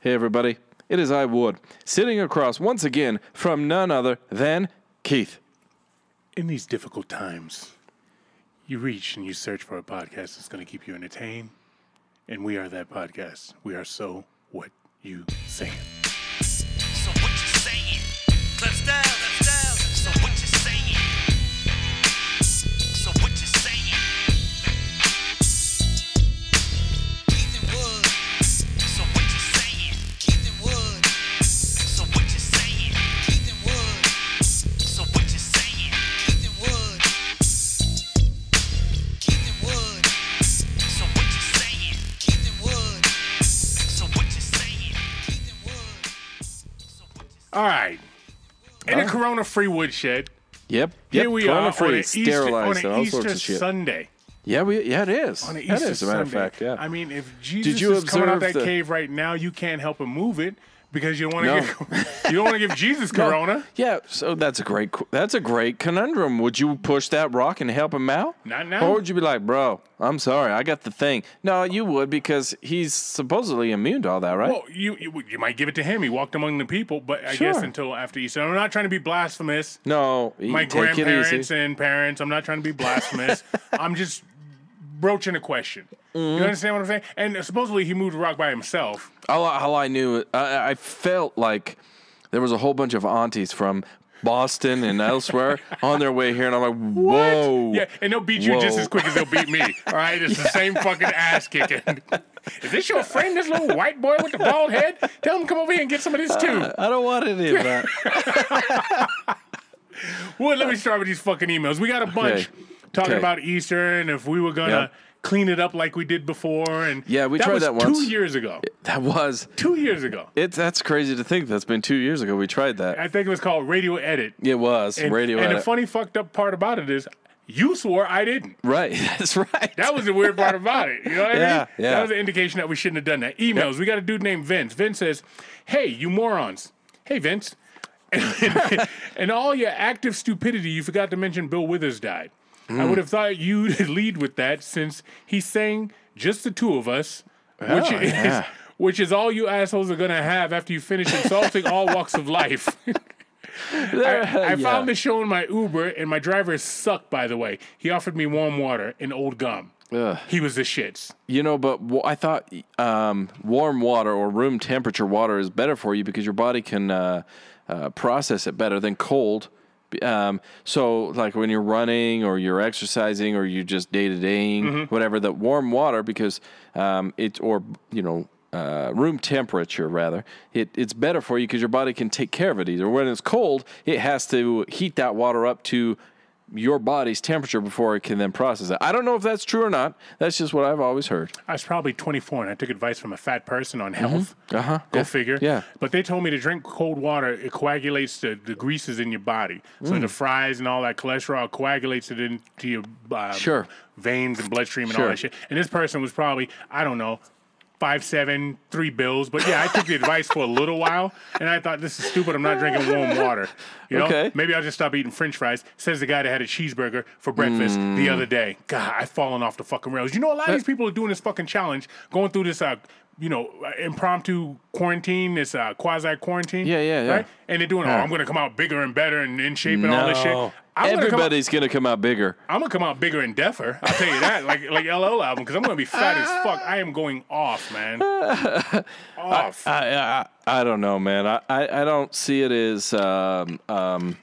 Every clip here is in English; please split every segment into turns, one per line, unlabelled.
Hey, everybody. It is I Ward, sitting across once again from none other than Keith.
In these difficult times, you reach and you search for a podcast that's going to keep you entertained. And we are that podcast. We are so what you saying.
So what you saying? Let's dial, let's dial. So what you saying? So what you saying? Keith and Wood. So what you saying? Keith and Wood. So what you saying? Keith and Wood. So what you saying? Keith and Wood. Keith and Wood. So what you saying? Keith and Wood. So what you saying? Keith and Wood. So what you
All right. In a corona free woodshed,
Yep.
here
yep.
we
Corona
are on
free,
an Easter, on
sterilized, and
an
all sorts
Easter
of shit.
Sunday.
yeah, we, yeah, it is.
On an
That
Easter
is, as a matter
Sunday.
of fact. Yeah.
I mean, if Jesus
you
is coming out
observe
that
the-
cave right now, you can't help but move it because you don't want
No.
to give you don't want to give Jesus corona.
Yeah, so that's a great qu- that's a great conundrum. Would you push that rock and help him out?
Not now.
Or would you be like, bro, I'm sorry, I got the thing. No, you would because he's supposedly immune to all that, right?
Well, Oh, you, you you might give it to him. He walked among the people, but I guess
Sure.
until after Easter. I'm not trying to be blasphemous.
no, you
My
take it
grandparents
easy.
and parents. I'm not trying to be blasphemous. I'm just broaching a question.
Mm-hmm.
You understand what I'm saying? And supposedly he moved the rock by himself.
All, I- all I knew, I, I felt like there was a whole bunch of aunties from Boston and elsewhere on their way here, and I'm like, whoa.
Yeah, and they'll beat you just
Whoa.
as quick as they'll beat me. All right, it's the same fucking ass kicking. Is this your friend, this little white boy with the bald head? Tell him to come over here and get some of this too.
I don't want any of that.
Well, let me start with these fucking emails. We got a bunch
Okay.
talking
Okay.
about Easter and if we were gonna
Yep.
clean it up like we did before. And
Yeah, we tried
was
that once.
two years ago.
that was
Two years ago.
it. That's crazy to think. That's been two years ago. We tried that.
I think it was called Radio Edit.
It was
And,
radio.
And the
edit.
funny fucked up part about it is you swore I didn't.
Right. That's right.
That was the weird part about it. You know what I
Yeah,
mean?
yeah.
That was an indication that we shouldn't have done that. Emails. We got a dude named Vince. Vince says, Hey, you morons. Hey, Vince. And, and all your active stupidity, you forgot to mention Bill Withers died. I
Mm.
would have thought you'd lead with that since he sang Just the Two of Us, which
Oh,
is.
yeah.
Which is all you assholes are gonna have after you finish insulting all walks of life. I found the show in my Uber, and my driver sucked. By the way, he offered me warm water and old gum.
Ugh.
He was the shits.
You know, but wa- I thought um, warm water or room temperature water is better for you because your body can uh, uh, process it better than cold. B- Um, so, like when you're running or you're exercising or you're just day to daying, whatever, that warm water because um, it or you know. Uh, room temperature, rather, it, it's better for you because your body can take care of it. Either when it's cold, it has to heat that water up to your body's temperature before it can then process it. I don't know if that's true or not. That's just what I've always heard.
I was probably 24, and I took advice from a fat person on health.
Uh huh.
Go figure.
Yeah.
But they told me to drink cold water. It coagulates the, the greases in your body. So
Mm.
the fries and all that cholesterol coagulates it into your uh,
Sure.
veins and bloodstream and all
Sure.
that shit. And this person was probably, I don't know, five, seven, three bills. But yeah, I took the advice for a little while and I thought, this is stupid. I'm not drinking warm water. You know,
Okay.
maybe I'll just stop eating french fries. Says the guy that had a cheeseburger for breakfast the
Mm.
other day. God, I've fallen off the fucking rails. You know, a lot of these people are doing this fucking challenge, going through this, uh, you know, uh, impromptu quarantine, this uh, quasi quarantine.
Yeah, yeah, yeah.
Right? And they're doing, oh, I'm going to come out bigger and better and in shape and all this shit. I'm gonna come out-
Everybody's gonna come out bigger.
I'm gonna come out bigger and deafer. I'll tell you that, like like LL album, because I'm gonna be fat as fuck. I am going off, man. off.
I I, I don't know, man. I, I, I don't see it as um, um,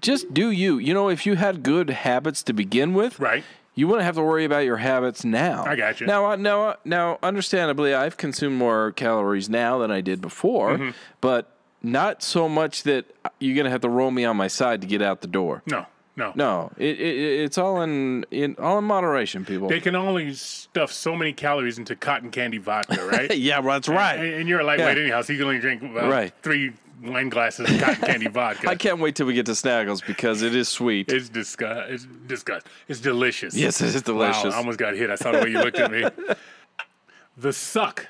just do you. You know, if you had good habits to begin with,
Right.
You wouldn't have to worry about your habits now.
I got you.
Now, I- now, I- now, understandably, I've consumed more calories now than I did before,
Mm-hmm.
but not so much that you're gonna have to roll me on my side to get out the door.
no, no,
No, it, it it's all in in all in moderation, people.
They can only stuff so many calories into cotton candy vodka, right?
yeah, well, that's
and,
right.
and you're a lightweight
Yeah.
anyhow, so you can only drink about
Right.
three wine glasses of cotton candy vodka.
I can't wait till we get to Snaggles because it is sweet.
It's disgust. It's disgust. It's delicious.
yes, it is
Wow,
delicious.
I almost got hit. I saw the way you looked at me. The suck.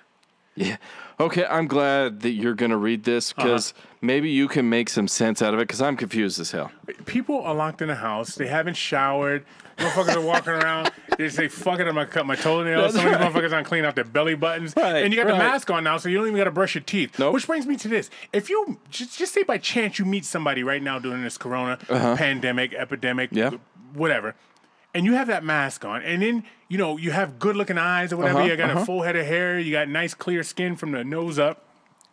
yeah. Okay, I'm glad that you're going to read this because maybe you can make some sense out of it because I'm confused as hell.
People are locked in a house. They haven't showered. Motherfuckers are walking around. They say, fuck it, I'm going to cut my toenails.
That's
Some of these
right.
motherfuckers aren't cleaning out their belly buttons.
Right,
and you got the
right.
mask on now, so you don't even got to brush your teeth.
Nope.
Which brings me to this. If you, just, just say by chance you meet somebody right now during this corona pandemic, epidemic,
Uh-huh. Yeah.
whatever, and you have that mask on, and then, you know, you have good looking eyes or whatever.
Uh-huh,
you got a full head of hair. You got nice clear skin from the nose up.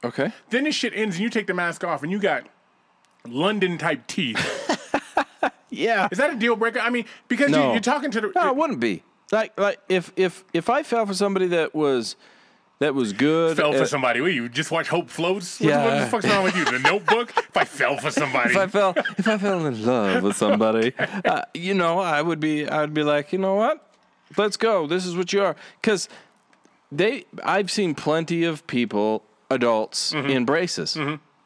Okay.
Then this shit ends and you take the mask off and you got London type teeth.
Yeah.
Is that a deal breaker? I mean, because you,
No.
you're talking to the.
No, it wouldn't be. Like like if if if I fell for somebody that was that was good
fell for
at-
somebody. What, you just watch Hope Floats? What, what the
Yeah.
fuck's wrong with you? The Notebook? if I fell for somebody.
if I fell if I fell in love with somebody, uh, you know, I would be I would be like, you know what, let's go. This is what you are, because they I've seen plenty of people, adults
Mm-hmm.
in braces.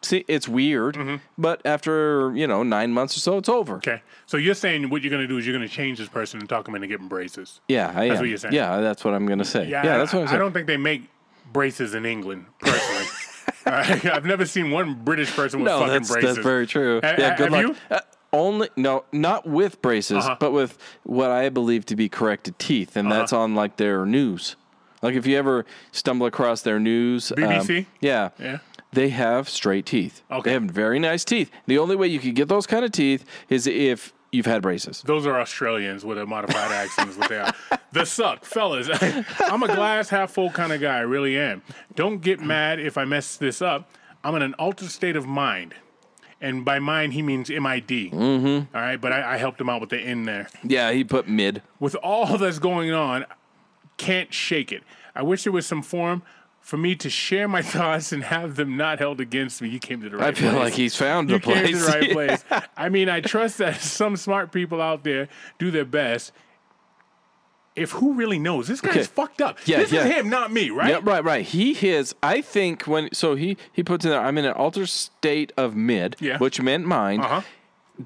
See, it's weird, but after you know nine months or so, it's over.
okay. So you're saying what you're going to do is you're going to change this person and talk them into getting braces.
Yeah, I that's
what you're saying.
Yeah, that's what I'm gonna say. Yeah, that's what I'm
I,
saying.
don't think they make braces in England, personally. All right, I've never seen one British person with
no,
fucking
that's,
braces.
that's very true.
Ha-
yeah,
ha-
good
have
luck. Uh, only no, not with braces,
Uh-huh.
but with what I believe to be corrected teeth, and that's
Uh-huh.
on like their news. Like if you ever stumble across their news, um,
BBC?
yeah,
Yeah.
they have straight teeth.
Okay.
they have very nice teeth. The only way you could get those kind of teeth is if you've had braces.
Those are Australians with a modified accent is what they are. The suck, fellas. I'm a glass half full kind of guy. I really am. Don't get mad if I mess this up. I'm in an altered state of mind. And by mind, he means MID. Mm-hmm. right, but I, I helped him out with the N there.
Yeah, he put mid.
With all that's going on, can't shake it. I wish there was some form for me to share my thoughts and have them not held against me. You came to the right
I feel
place
like he's found
you
the place.
came to the right place. I mean, I trust that some smart people out there do their best. If who really knows, this guy's
Okay.
fucked up.
Yeah,
this
yeah.
is him, not me, right?
Yeah, right, right. He his I think when so he he puts in there. I'm in an altered state of mid,
Yeah.
which meant mind.
Uh-huh.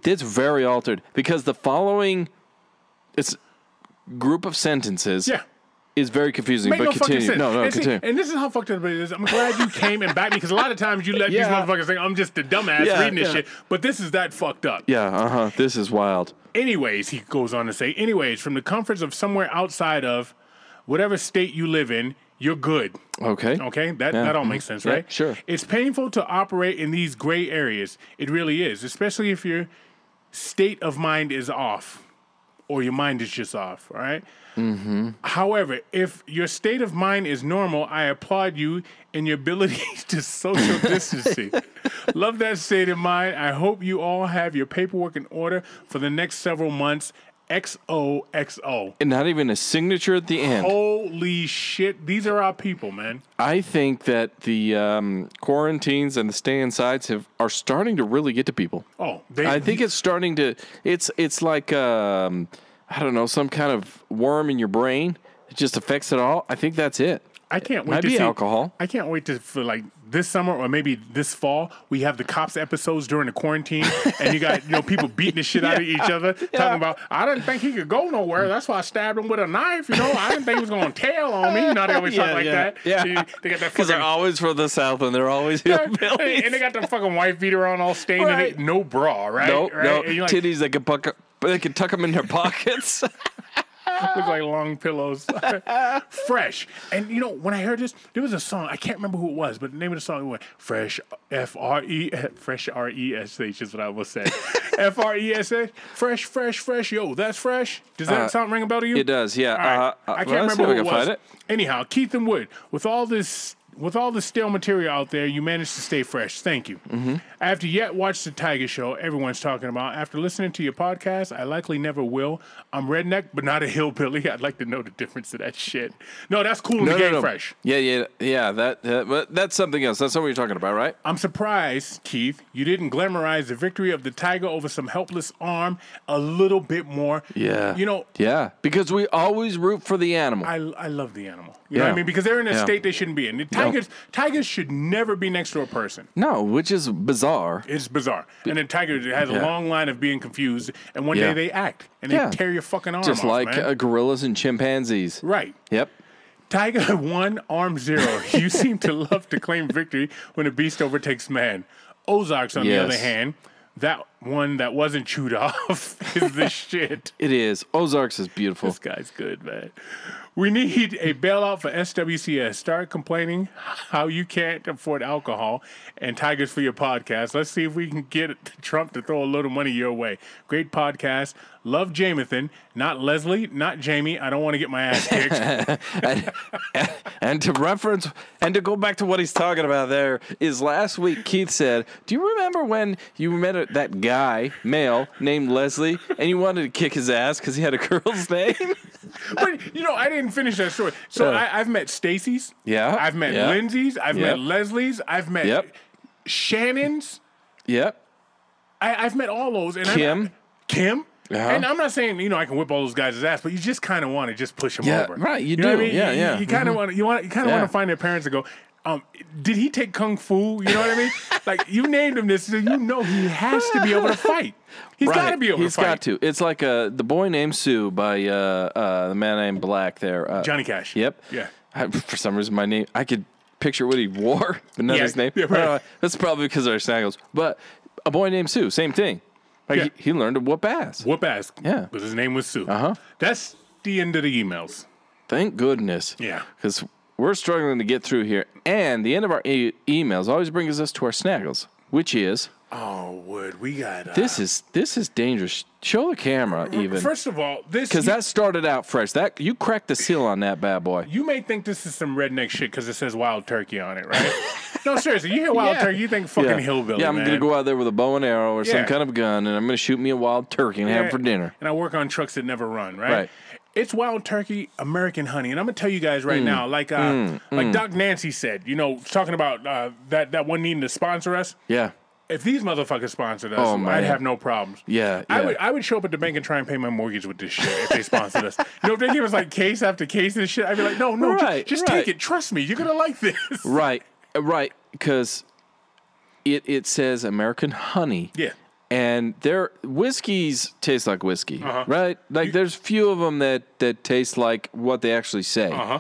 That's very altered because the following it's group of sentences
Yeah.
is very confusing.
Make
but
no fucking
continue.
sense.
No, no,
and, see-
continue.
and this is how fucked up it is. I'm glad you came and backed me because a lot of times you let
Yeah.
these motherfuckers think I'm just a dumbass
Yeah,
reading this
yeah.
shit, but this is that fucked up.
yeah, uh huh. This is wild.
Anyways, he goes on to say, anyways, from the comforts of somewhere outside of whatever state you live in, you're good.
Okay.
Okay, that,
Yeah. Mm-hmm.
that all makes sense,
Yeah,
right?
sure.
It's painful to operate in these gray areas. It really is, especially if your state of mind is off or your mind is just off, all right?
Mm-hmm.
However, if your state of mind is normal, I applaud you in your ability to social distancing. Love that state of mind. I hope you all have your paperwork in order for the next several months. XOXO.
And not even a signature at the end.
Holy shit. These are our people, man.
I think that the um, quarantines and the stay insides have are starting to really get to people.
Oh, they,
I think it's starting to. It's it's like um, I don't know some kind of worm in your brain. It just affects it all. I think that's it.
I can't wait
Might
to
be
see
alcohol.
I can't wait to for like this summer or maybe this fall. We have the cops episodes during the quarantine, and you got you know people beating the shit out of each other, talking about I didn't think he could go nowhere. That's why I stabbed him with a knife. You know, I didn't think he was gonna tail on me. You know, they always talk
Yeah,
like
yeah,
that.
yeah.
They- they got that
Because they're
fucking.
always from the south and they're always hillbillies.
And they got the fucking wife beater on, all stained, and
Right.
they, no bra, right?
no,
right?
no
And you're like,
titties that could puck, they could tuck them in their pockets.
look like long pillows. Fresh. And you know, when I heard this, there was a song, I can't remember who it was, but the name of the song was Fresh F R E Fresh R E S H is what I almost said. F R E S H. Fresh, fresh, fresh. Yo, that's fresh. Does that
Uh,
sound ring a bell to you?
it does, yeah.
All right.
Uh, uh,
I can't
well, let's see
remember who
if
it
I
was.
can find it.
Anyhow, Keith and Wood, with all this with all the stale material out there, you managed to stay fresh. Thank you.
Mm-hmm.
After yet watch the Tiger Show, everyone's talking about. After listening to your podcast, I likely never will. I'm redneck, but not a hillbilly. I'd like to know the difference of that shit. No, that's cool in the game fresh.
Yeah, yeah, yeah. That, that but that's something else. That's not what you're talking about, right?
I'm surprised, Keith, you didn't glamorize the victory of the Tiger over some helpless arm a little bit more.
Yeah.
You know,
Yeah, because we always root for the animal.
I, I love the animal. You know what I
Yeah.
mean? Because they're in a
Yeah.
state they shouldn't be in. The tigers tigers should never be next to a person.
no, which is bizarre.
It's bizarre. And then tiger has a
Yeah.
long line of being confused, and one
Yeah.
day they act and they
Yeah.
tear your fucking arm
Just
off,
like
man.
uh, gorillas and chimpanzees.
right.
Yep.
Tiger one, arm zero. You seem to love to claim victory when a beast overtakes man. Ozarks, on the
Yes.
other hand, that one that wasn't chewed off is the shit.
It is. Ozarks is beautiful.
This guy's good, man. We need a bailout for SWCS. Start complaining how you can't afford alcohol and Tigers for your podcast. Let's see if we can get Trump to throw a little money your way. Great podcast. Love Jamathan. Not Leslie, not Jamie. I don't want to get my ass kicked.
and, and to reference and to go back to what he's talking about there is last week Keith said, "Do you remember when you met a- that guy, male named Leslie, and you wanted to kick his ass because he had a girl's name?"
but you know, I didn't finish that story. So
Yeah.
I, I've met Stacy's.
Yeah,
I've met
yeah.
Lindsay's. I've
Yep.
met Leslie's. I've met
Yep.
Shannon's.
yep.
I, I've met all those. And I'm-
Kim.
Kim.
Uh-huh.
And I'm not saying you know I can whip all those guys' ass, but you just kind of want to just push them
Yeah,
over,
right, you
know what
do.
I mean?
Yeah,
You-
yeah. Mm-hmm.
You kind of want you want you kind of
Yeah.
want to find their parents and go, um, did he take kung fu? You know what I mean? like you named him this, so you know he has to be able to fight. He's
Right.
got to be able
He's
to fight.
got to. It's like uh, the boy named Sue by uh, uh, the man named Black. There, uh,
Johnny Cash.
Yep.
Yeah.
I, for some reason, my name I could picture what he wore, but not
Yeah,
his name.
yeah,
I don't know.
right.
That's probably because of our snaggles. But a boy named Sue, same thing. Like
Yeah.
he, he learned to whoop ass.
Whoop ass.
Yeah.
But his name was Sue.
Uh-huh.
That's the end of the emails.
Thank goodness.
Yeah.
Because we're struggling to get through here, and the end of our e- emails always brings us to our snaggles, which is
Oh, would we got uh,
this is this is dangerous. Show the camera even.
First of all, this
because that started out fresh. That you cracked the seal on that bad boy.
you may think this is some redneck shit because it says wild turkey on it, right? no, seriously, you hear wild
Yeah.
turkey, you think fucking hillbilly.
Yeah, I'm
man.
gonna go out there with a bow and arrow or
Yeah.
some kind of gun, and I'm gonna shoot me a wild turkey and have it for dinner.
And I work on trucks that never run, right?
Right.
It's wild turkey, American honey, and I'm gonna tell you guys
Mm.
right now, like uh, like Doc Nancy said, you know, talking about uh, that that one needing to sponsor us.
Yeah,
If these motherfuckers sponsored us,
Oh,
I'd
man.
have no problems.
Yeah,
I
yeah.
would I would show up at the bank and try and pay my mortgage with this shit if they sponsored us. You know, if they gave us like case after case and shit, I'd be like, no, no, ju-
Right,
just
right.
take it. Trust me, you're gonna like this.
right, uh, right. Because it it says American honey.
Yeah.
and their whiskeys taste like whiskey, right? Like there's few of them that that taste like what they actually say.
Uh-huh.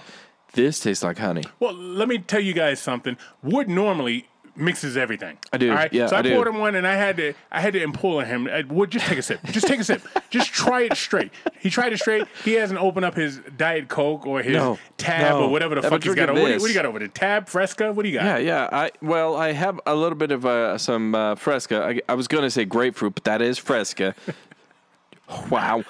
This tastes like honey.
Well, let me tell you guys something. Wood normally mixes everything. I
do, yeah,
so I,
I do.
poured him one, and I had to, I had to implore him. uh, Wood, just take a sip. Just take a sip. Just try it straight. He tried it straight. He hasn't opened up his diet coke or his
No,
tab
no.
or whatever the
Have a
fuck he's
drink of
got. Over. What, do you,
this.
what do you got over there? Tab, Fresca. What do you got?
Yeah, yeah. I well, I have a little bit of uh, some uh, fresca. I, I was gonna say grapefruit, but that is fresca. wow,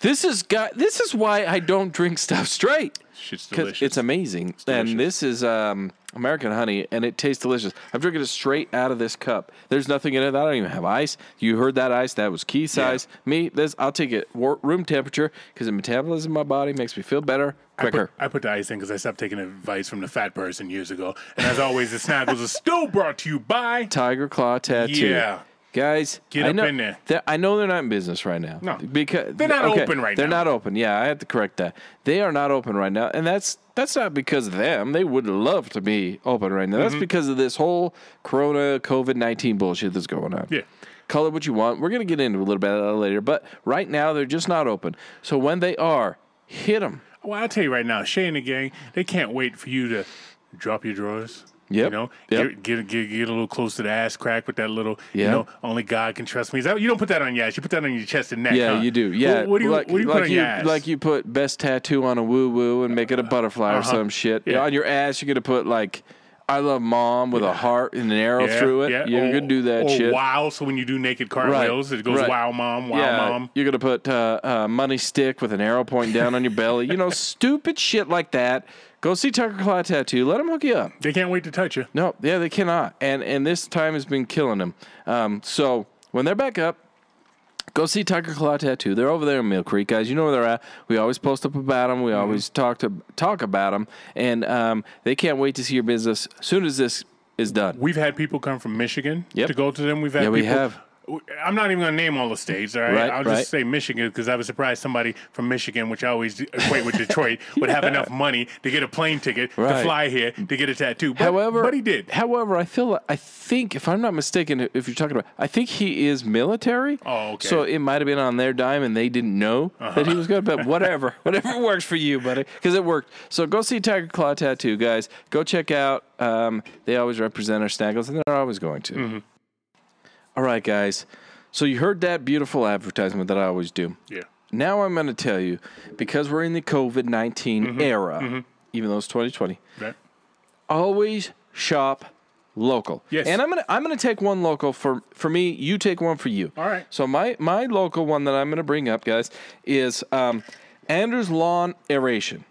this is got. This is why I don't drink stuff straight.
Shit's
'Cause
delicious.
It's amazing,
delicious.
and this is um, American honey, and it tastes delicious. I'm drinking it straight out of this cup. There's nothing in it. I don't even have ice. You heard that ice? That was key size. Me, this I'll take it war- room temperature because the metabolism in my body makes me feel better quicker.
I put the ice in because I stopped taking advice from the fat person years ago. And as always, the Snaggles is still brought to you by.
Tiger Claw tattoo.
Yeah.
Guys,
Get
I
up
know,
in there.
they're- I know they're not in business right now.
No.
because
They're not
okay,
open right
They're
now.
not open. Yeah, I have to correct that. They are not open right now, and that's that's not because of them. They would love to be open right now. That's
Mm-hmm.
because of this whole Corona COVID nineteen bullshit that's going on.
Yeah.
Call it what you want. We're gonna get into a little bit of that later, but right now they're just not open. So when they are, hit them.
Well, I'll tell you right now, Shay and the gang, they can't wait for you to drop your drawers. You
Yep,
know,
yep.
get, get get get a little close to the ass crack with that little. You
Yeah.
know, only God can trust me. Is that, you don't put that on your ass. You put that on your chest and neck.
Yeah,
huh?
you do.
Wh-
Yeah,
What, do you
like,
What do you
like
put on
you,
your ass?
Like you put best tattoo on a woo woo and make it a butterfly or some shit.
Uh-huh. Yeah.
On your ass, you're gonna put like I love mom with a heart and an arrow through it. You're
Or-
gonna do that
or
shit.
Oh, Wow! So when you do naked cartwheels, it goes
right.
wow, mom, wow,
yeah,
mom.
you're gonna put uh, uh, money stick with an arrow pointing down on your belly. You know, stupid shit like that. Go see Tucker Claw Tattoo. Let him hook you up.
They can't wait to touch you.
No, yeah, they cannot. And and this time has been killing them. Um, so when they're back up, go see Tucker Claw Tattoo. They're over there in Mill Creek, guys. You know where they're at. We always post up about them. We always talk to talk about them, and um, they can't wait to see your business as soon as this is done.
We've had people come from Michigan
Yep.
to go to them. We've had
Yeah, we
people-
have.
I'm not even going to name all the states, all right?
Right,
I'll
right.
just say Michigan because I was surprised somebody from Michigan, which I always equate with Detroit, would have enough money to get a plane ticket
Right.
to fly here to get a tattoo. But,
However,
but he did.
However, I feel I think if I'm not mistaken, if you're talking about, I think he is military.
Oh, okay. Uh-huh.
So it might have been on their dime, and they didn't know that he was good. But whatever, whatever works for you, buddy, because it worked. So go see Tiger Claw Tattoo, guys. Go check out. Um, they always represent our snaggles, and they're always going to.
Mm-hmm.
All right, guys. So you heard that beautiful advertisement that I always do.
Yeah.
Now I'm going to tell you because we're in the COVID 19
Mm-hmm.
era, even though it's 2020
Right.
always shop local.
Yes.
And I'm gonna I'm gonna take one local for for me. You take one for you.
All right.
So my my local one that I'm gonna bring up, guys, is um, Anders Lawn Aeration.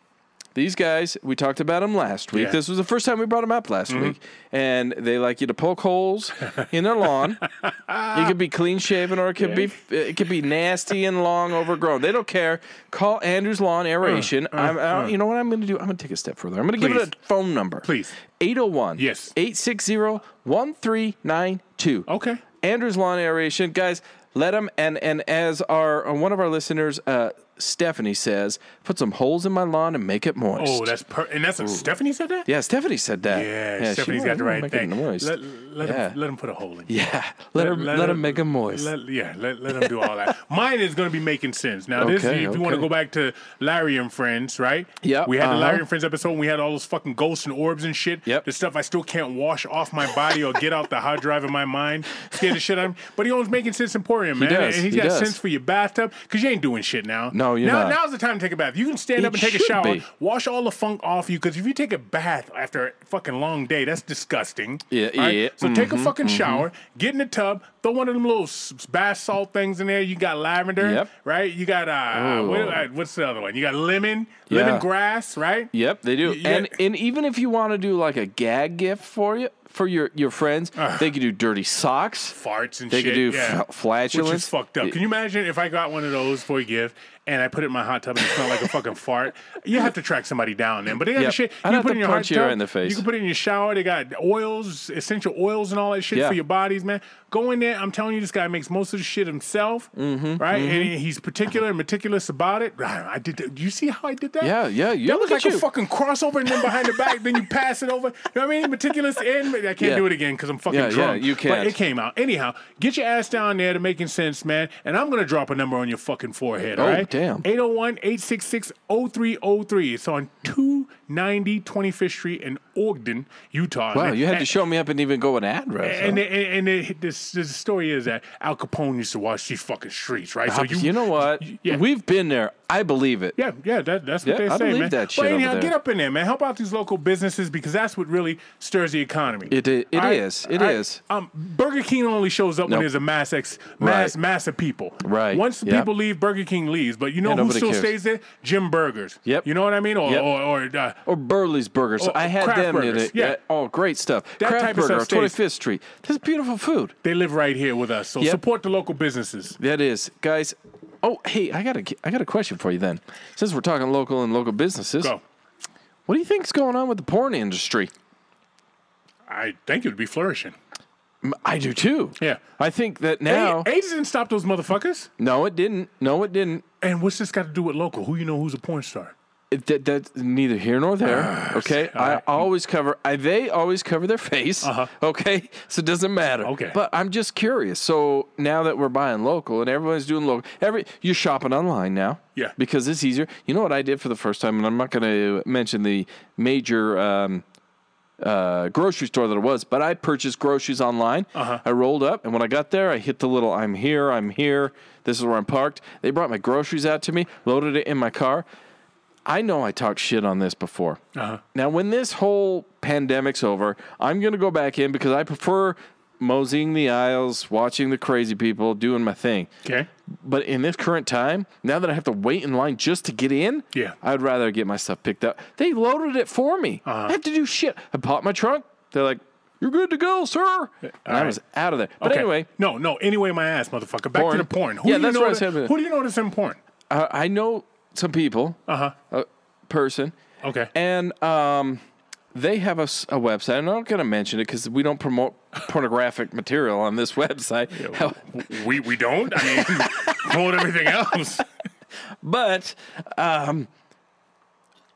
These guys, we talked about them last week.
Yeah. Mm-hmm.
This was the first time we brought them up last week, and they like you to poke holes in their lawn. it could be clean shaven, or it could be it could be nasty and long, overgrown. They don't care. Call Andrews Lawn Aeration. I'm, I- You know what I'm going to do? I'm going to take a step further. I'm going to give
Mm, Please.
it a phone number.
Please.
801
Yes.
860 1392.
Okay.
Andrew's Lawn Aeration. Guys, let them, and, and as our uh, one of our listeners, uh, Stephanie says, put some holes in my lawn and make it moist.
Oh, that's per- and that's Stephanie said that.
yeah, Stephanie said that.
Yeah,
she
Stephanie's
wanted
got the
to
right
make it
thing.
moist.
Let, let,
Yeah.
him, let him put a hole in. you.
yeah, let, her, let, her
him-
make it moist.
let- yeah, let, let him do all that. Mine is going to be making sense. Now, this
Okay,
if you want to
okay.
go back to Larry and Friends, right?
Yep,
We had the Larry
uh-huh.
and Friends episode. and We had all those fucking ghosts and orbs and shit.
Yep.
The stuff I still can't wash off my body or get out the hard drive in my mind. Scared the shit out of me. But he owns Making Sense Emporium, man.
does,
And he's
he
got
does.
sense for your bathtub because you ain't doing shit now.
No, you're
now,
not.
Now's the time to take a bath. You can stand
It
up and take a
should
shower.
be.
Wash all the funk off you because if you take a bath after a fucking long day, that's disgusting.
Yeah,
All right?
yeah,
So take a fucking
mm-hmm.
shower, get in the tub, throw one of them little s- bath salt things in there. You got lavender,
Yep.
right? You got uh, what-
Ooh.
uh, what's the other one? You got lemon,
Yeah.
lemon grass, right?
Yep, they do.
Y- yeah.
And and even if you want to do like a gag gift for you for your your friends, they could do dirty socks.
Farts and
They
Uh. shit.
could do
yeah.
f- flatulence.
Which is fucked up. Can you imagine if I got one of those for a gift and I put it in my hot tub and it smelled like a fucking fart? You have to track somebody down then. But they got
Yep.
the shit. You
I'd
can
have
put
to
it in your hot
punch you right
tub,
in the face.
You can put it in your shower. They got oils, essential oils and all that shit
Yeah.
for your bodies, man. Go in there. I'm telling you, this guy makes most of the shit himself,
Mm-hmm.
right? And he's particular and meticulous about it. I did that. Do you see how I did that?
Yeah, yeah, yeah,
That was
look at
like a
you.
fucking crossover and then behind the back, then you pass it over. You know what I mean? Meticulous and I can't
Yeah.
do it again because I'm fucking
Yeah, yeah,
drunk.
you
But it
can't.
came out. Anyhow, get your ass down there to making sense, man. And I'm going to drop a number on your fucking forehead. All
Oh,
right,
damn.
801 866 0303. It's on 290 25th Street in Ogden, Utah.
Wow,
man.
you had
And-
to show me up and even go an address.
and
huh?
the, and the, this, this story is that Al Capone used to watch these fucking streets, right?
you, know what?
yeah.
We've been there. I believe it.
Yeah, yeah, that, that's what
Yeah,
they
I
say,
believe
man.
that shit
but
over
anyhow,
there.
get up in there, man. Help out these local businesses because that's what really stirs the economy.
It i- it
It is.
is, it is.
Um, Burger King only shows up
Nope.
when there's a mass ex, mass
Right.
mass of people.
Right,
Once the
yeah.
people leave, Burger King leaves. But you know
Yeah,
who
nobody
still
cares.
stays there? Jim Burgers.
Yep.
You know what I mean? Or
Yep.
or, or uh,
Or Burley's Burgers.
Oh,
I had
Kraft
them. in
Burgers,
it.
yeah.
Oh, great stuff.
That
Kraft
type of
Burger
stuff
on
stays.
25th Street. This is beautiful food.
they live right here with us. So
Yep.
support the local businesses.
That is, guys. Oh, hey, I got a I got a question for you then. Since we're talking local and local businesses,
Go.
what do you think's going on with the porn industry?
I think it would be flourishing.
I do too.
Yeah.
I think that now.
AIDS didn't stop those motherfuckers.
No, it didn't. No, it didn't.
And what's this got to do with local? Who you know who's a porn star?
It, that, that's neither here nor
Ah,
there. Okay, I always cover. I they always cover their face. Okay, so it doesn't matter.
Uh-huh. Okay.
but I'm just curious. So now that we're buying local and everyone's doing local, every you're shopping online now.
Yeah.
because it's easier. You know what I did for the first time, and I'm not going to mention the major. Um, uh, grocery store that it was, but I purchased groceries online. I rolled up, and when I got there, I hit the little "I'm here, I'm here." This is where I'm parked. They brought my groceries out to me, loaded it in my car. I know I talked shit on this before. Now, when this whole pandemic's over, I'm going to go back in because I prefer moseying the aisles, watching the crazy people, doing my thing.
Okay.
But in this current time, now that I have to wait in line just to get in,
Yeah.
I'd rather get my stuff picked up. They loaded it for me.
Uh-huh.
I have to do shit. I popped my trunk. They're like, "You're good to go, sir." And I
right.
was out of there. But
Uh, Okay.
anyway,
no, no. Anyway, my ass, motherfucker. Back
Porn.
to the porn. Who
Yeah,
do you
that's
know
what I
that-
said, but-
Who do you notice in porn?
uh, I know some people,
Uh huh.
a person,
Okay.
and um, they have a, s- a website. I'm not going to mention it because we don't promote pornographic material on this website. How-
We we don't. I mean, hold everything else.
but um,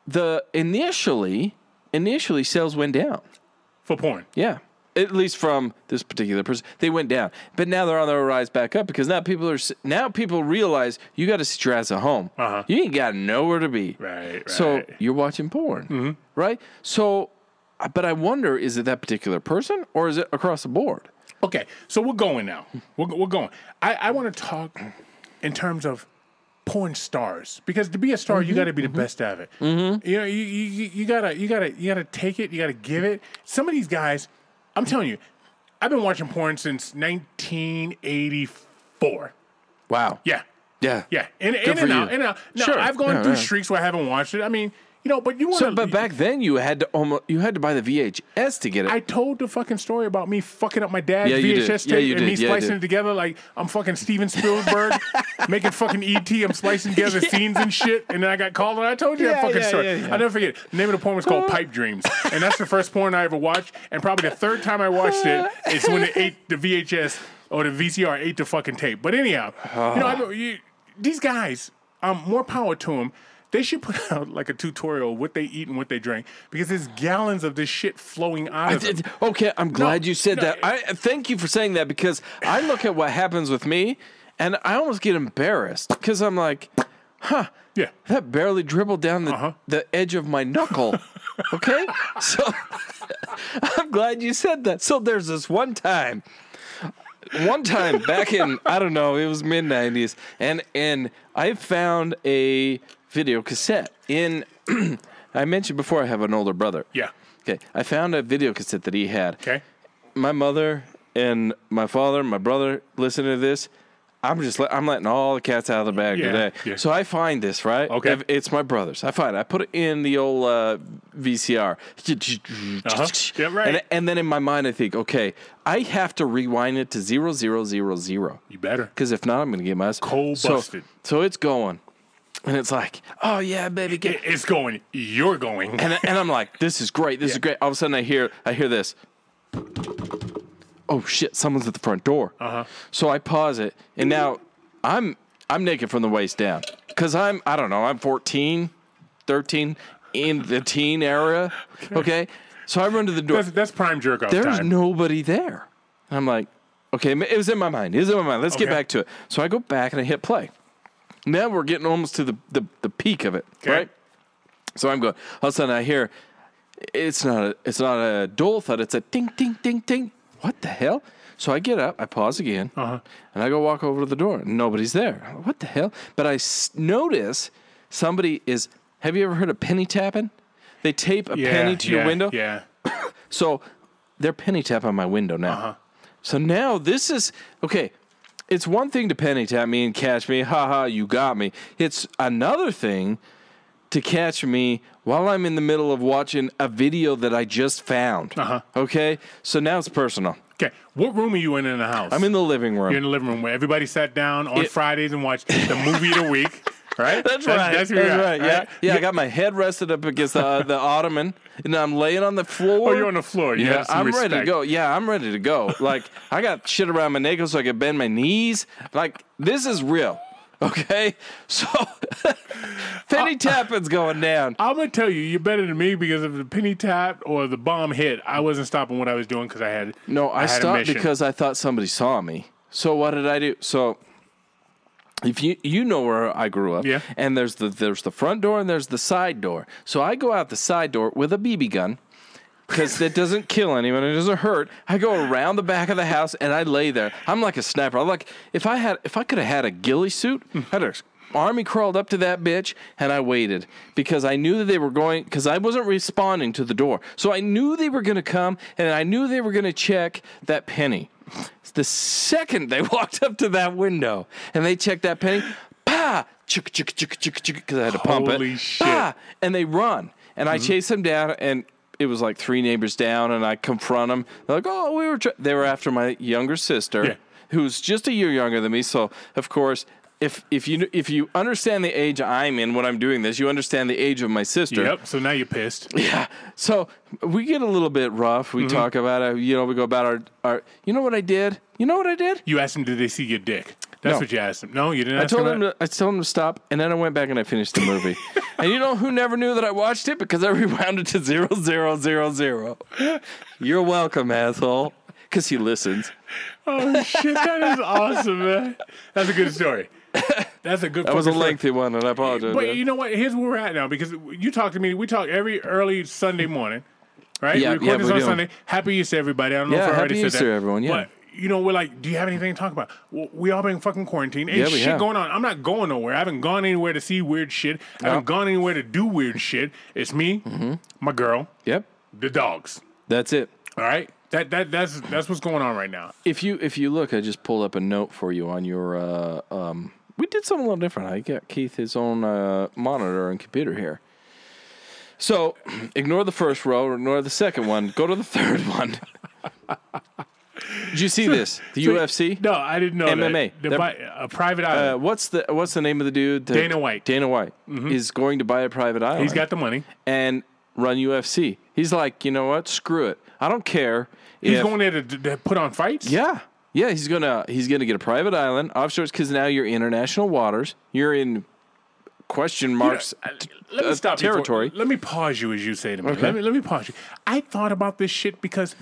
the initially initially sales went down.
For porn.
Yeah. At least from this particular person, they went down, but now they're on their rise back up because now people are s- now people realize you got to sit your ass at home.
Uh-huh.
You ain't got nowhere to be.
Right, Mm-hmm.
So
right.
you're watching porn, right? So, uh, but I wonder, is it that particular person or is it across the board?
Okay, so we're going now. We're, we're going. I, I want to talk in terms of porn stars because to be a star,
Mm-hmm,
you got to be the best at it. You know, you, you you gotta you gotta you gotta take it. You gotta give it. Some of these guys, I'm telling you, I've been watching porn since 1984.
Wow.
Yeah,
Yeah.
yeah. In,
Good
in
for
and
you.
out, in and out. Now
Sure.
I've gone
Yeah,
through
yeah.
streaks where I haven't watched it. I mean, you know, but you want
So, but back then you had to almost you had to buy the VHS to get it.
I told the fucking story about me fucking up my dad's
Yeah, you did.
VHS tape
Yeah, you
and me
did. Yeah, I
splicing
did.
it together like I'm fucking Steven Spielberg making fucking ET. I'm splicing together scenes and shit, and then I got called and I told you
Yeah,
that fucking
yeah,
story.
yeah, yeah.
I'll never forget. it. The name of the porn was called Pipe Dreams, and that's the first porn I ever watched. And probably the third time I watched it is when it ate the VHS or the VCR ate the fucking tape. But anyhow, you know, I don't, you, these guys, um, more power to them. They should put out like a tutorial of what they eat and what they drink because there's gallons of this shit flowing out of them.
It's- okay, I'm glad you said
no,
that. I thank you for saying that because I look at what happens with me, and I almost get embarrassed because I'm like, huh,
Yeah.
that barely dribbled down the
Uh-huh.
the edge of my knuckle. okay, so I'm glad you said that. So there's this one time. One time back in I don't know, it was mid '90s, and and I found a video cassette in. I mentioned before I have an older brother.
Yeah.
Okay, I found a video cassette that he had.
Okay.
My mother and my father, my brother, listen to this. I'm just let, I'm letting all the cats out of the bag
Yeah,
today.
yeah.
So I find this right.
Okay.
If- it's my brother's. I find it. I put it in the old uh, VCR.
Uh-huh. Yeah, right.
And, and then in my mind, I think, okay, I have to rewind it to zero zero zero zero.
You better.
Because if not, I'm gonna get my ass
Cold
so,
busted.
So it's going, and it's like, oh yeah, baby, get
It- It's going. You're going.
and, and I'm like, this is great. This is great. All of a sudden, I hear I hear this. Oh shit! Someone's at the front door. Uh-huh. So I pause it, and now I'm I'm naked from the waist down because I'm I don't know I'm 14, 13 in the teen area. Okay. So I run to the door.
That's, that's prime jerk off
There's
time.
nobody there. And I'm like, okay, it was in my mind. It was in my mind. Let's get
Okay.
back to it. So I go back and I hit play. Now we're getting almost to the, the, the peak of it, right? So I'm going. All of a sudden, I hear it's not a it's not a dual thud. It's a ding ding ding ding. What the hell? So I get up, I pause again,
Uh-huh.
and I go walk over to the door. and Nobody's there. I'm like, What the hell? But I s- notice somebody is. Have you ever heard of penny tapping? They tape a
Yeah,
penny to
yeah,
your window.
Yeah.
So they're penny tap on my window now.
Uh-huh.
So now this is okay. It's one thing to penny tap me and catch me, haha, you got me. It's another thing to catch me while I'm in the middle of watching a video that I just found.
Uh-huh.
Okay, so now it's personal.
Okay. What room are you in in the house?
I'm in the living room.
You're in the living room where everybody sat down on
Yeah.
Fridays and watched the movie of the week. Right.
That's right. That's,
where you're at,
right. Yeah, yeah. I got my head rested up against the, uh, the ottoman, and I'm laying on the floor.
Oh, you're on the floor. You
Yeah,
have some
I'm ready to
respect.
go. Yeah, I'm ready to go. Like I got shit around my ankles so I can bend my knees. Like this is real. Okay, so
Uh,
Penny Tappin's going down.
I'm gonna tell you, you're better than me because if the penny tapped or the bomb hit, I wasn't stopping what I was doing because I had
No, I,
had a
stopped
mission.
because I thought somebody saw me. So what did I do? So if you you know where I grew up,
Yeah.
and there's the there's the front door and there's the side door. So I go out the side door with a BB gun. Because that doesn't kill anyone, it doesn't hurt. I go around the back of the house and I lay there. I'm like a sniper. I'm like if I had if I could have had a ghillie suit, I'd have army crawled up to that bitch and I waited because I knew that they were going because I wasn't responding to the door. So I knew they were gonna come and I knew they were gonna check that penny. The second they walked up to that window and they checked that penny, pa, chuk chuk chuk chuk chuk, because I had to pump it.
Holy shit.
Pa! and they run. And
Mm-hmm.
I chase them down, and it was like three neighbors down, and I confront them. They're like, "Oh, we were." Tr-. They were after my younger sister,
Yeah.
who's just a year younger than me. So of course, if if you if you understand the age I'm in when I'm doing this, you understand the age of my sister.
Yep. So now you're pissed.
Yeah. So we get a little bit rough.
Mm-hmm.
We talk about it. You know, we go about our our. You know what I did? You know what I did?
You asked him, did they see your dick? That's
No.
what you asked him. No, you didn't.
I
Ask
told
him
him
that?
to, I told him to stop, and then I went back and I finished the movie. and you know who never knew that I watched it because I rewound it to zero zero zero zero. You're welcome, asshole. Because he listens.
Oh shit, that is awesome, man. That's a good story. That's a good.
That was a
fucking story.
lengthy one, and I apologize.
But
man.
you know what? Here's where we're at now because you talk to me. We talk every early Sunday morning, right?
Yeah,
we
yeah,
record this
we
on
do.
Sunday. Happy Easter, everybody. I don't know
Yeah,
if I already
happy
said
Easter,
that.
everyone, yeah.
But, you know, we're like, do you have anything to talk about? Well, we all been fucking quarantined. Ain't
Yeah, we
shit
have.
going on. I'm not going nowhere. I haven't gone anywhere to see weird shit. I haven't gone anywhere to do weird shit. It's me,
Mm-hmm.
my girl,
yep,
the dogs.
that's it.
All right. That that that's that's what's going on right now.
If you if you look, I just pulled up a note for you on your. Uh, um, we did something a little different. I got Keith his own uh, monitor and computer here. So ignore the first row, ignore the second one, go to the third one. did you see this? The UFC.
No, I didn't know
MMA.
That. The
They're-
bi- a private eye.
Uh, what's the what's the name of the dude? that-
Dana White. Mm-hmm.
Dana White is going to buy a private island.
He's got the money.
and run UFC. He's like, you know what? Screw it. I don't care.
He's
if-
going there to, to put on fights.
Yeah. Yeah, he's gonna he's gonna get a private island offshore because now you're international waters. You're in question marks.
Uh, let me
uh,
stop you for-
territory.
let me pause you as you say to me. Let me let me pause you. I thought about this shit because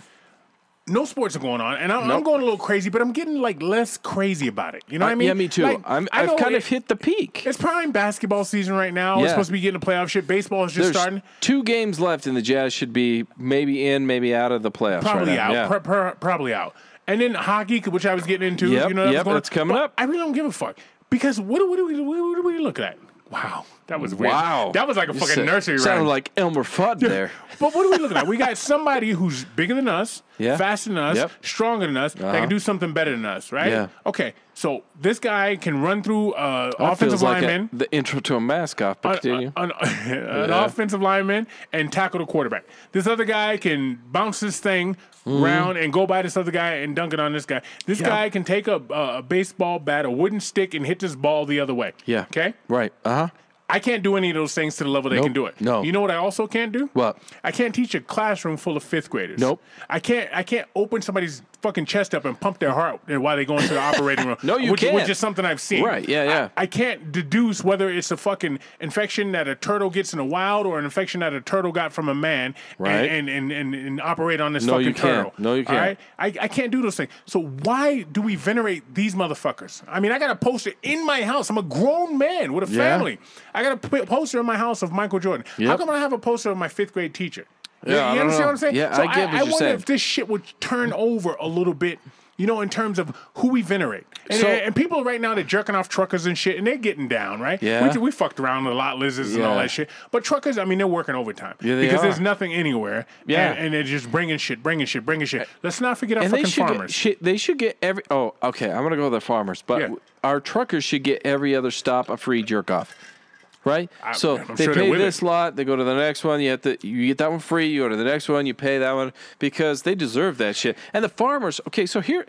no sports are going on, and I'm, I'm
Nope. Uh,
going a little crazy, but I'm getting like less crazy about it. You know what I mean?
yeah, me too.
Like,
I'm,
I know
I've kind
it-
of hit the peak.
It's prime basketball season right now. We're
Yeah.
supposed to be getting the playoff shit. Baseball is just
There's
starting.
two games left, and the Jazz should be maybe in, maybe out of the playoffs. right
Probably
now.
out.
Yeah.
Pro- pro- probably out. And then hockey, which I was getting into.
Yep,
you know, that
yep,
was going on.
it's coming
But
up.
I really don't give a fuck because what do, what do we what do we look at? Wow, that was weird.
Wow,
that was like a
You
fucking
sa-
nursery
Sounded
rhyme.
like Elmer Fudd there.
But what are we looking at? We got somebody who's bigger than us,
Yeah.
faster than us,
Yep.
stronger than us, that
Uh-huh.
can do something better than us, right?
Yeah.
Okay, so this guy can run through uh,
That
offensive
feels like a-
lineman, Uh,
the intro to a mask-off, but continue.
an, an- an offensive lineman, and tackle the quarterback. This other guy can bounce this thing round and go by this other guy and dunk it on this guy. This
Mm-hmm. Yeah.
guy can take a, a baseball bat, a wooden stick, and hit this ball the other way.
yeah.
Okay.
Right. Uh huh.
I can't do any of those things to the level they
Nope.
can do it.
No.
You know what I also can't do?
What?
I can't teach a classroom full of fifth graders.
Nope.
I can't. I can't open somebody's fucking chest up and pump their heart while they go into the operating room.
No, you
which, Which
can't.
is something I've seen.
Right, yeah, yeah.
I, I can't deduce whether it's a fucking infection that a turtle gets in the wild or an infection that a turtle got from a man.
Right.
And and and, and, and operate on this
No,
fucking
you can't.
turtle.
No, you
All
can't.
right? I, I can't do those things. So why do we venerate these motherfuckers? I mean, I got a poster in my house. I'm a grown man with a
Yeah.
family. I got a p- poster in my house of Michael Jordan. How
Yep.
come I have a poster of my fifth grade teacher? You-
Yeah, I
you
don't
understand
know.
what I'm saying?
Yeah,
so
I get what you're
wonder
saying.
if this shit would turn over a little bit. You know, in terms of who we venerate, and,
So-
and people right now they're jerking off truckers and shit, and they're getting down, right?
Yeah.
we, we fucked around with a lot, lizards and all
Yeah.
that shit. But truckers, I mean, they're working overtime
Yeah, they
because
are.
there's nothing anywhere.
Yeah. Uh,
and, and and they're just bringing shit, bringing shit, bringing shit. Let's not forget our
And they
fucking
should
farmers.
Get, shit, they should get every. Oh, okay. I'm gonna go with the farmers, but
Yeah.
our truckers should get every other stop a free jerk off, right? so
I'm
they
sure they're
pay
with it.
this lot, they go to the next one. You have to, you get that one free. You go to the next one, you pay that one because they deserve that shit. And the farmers, okay. So here,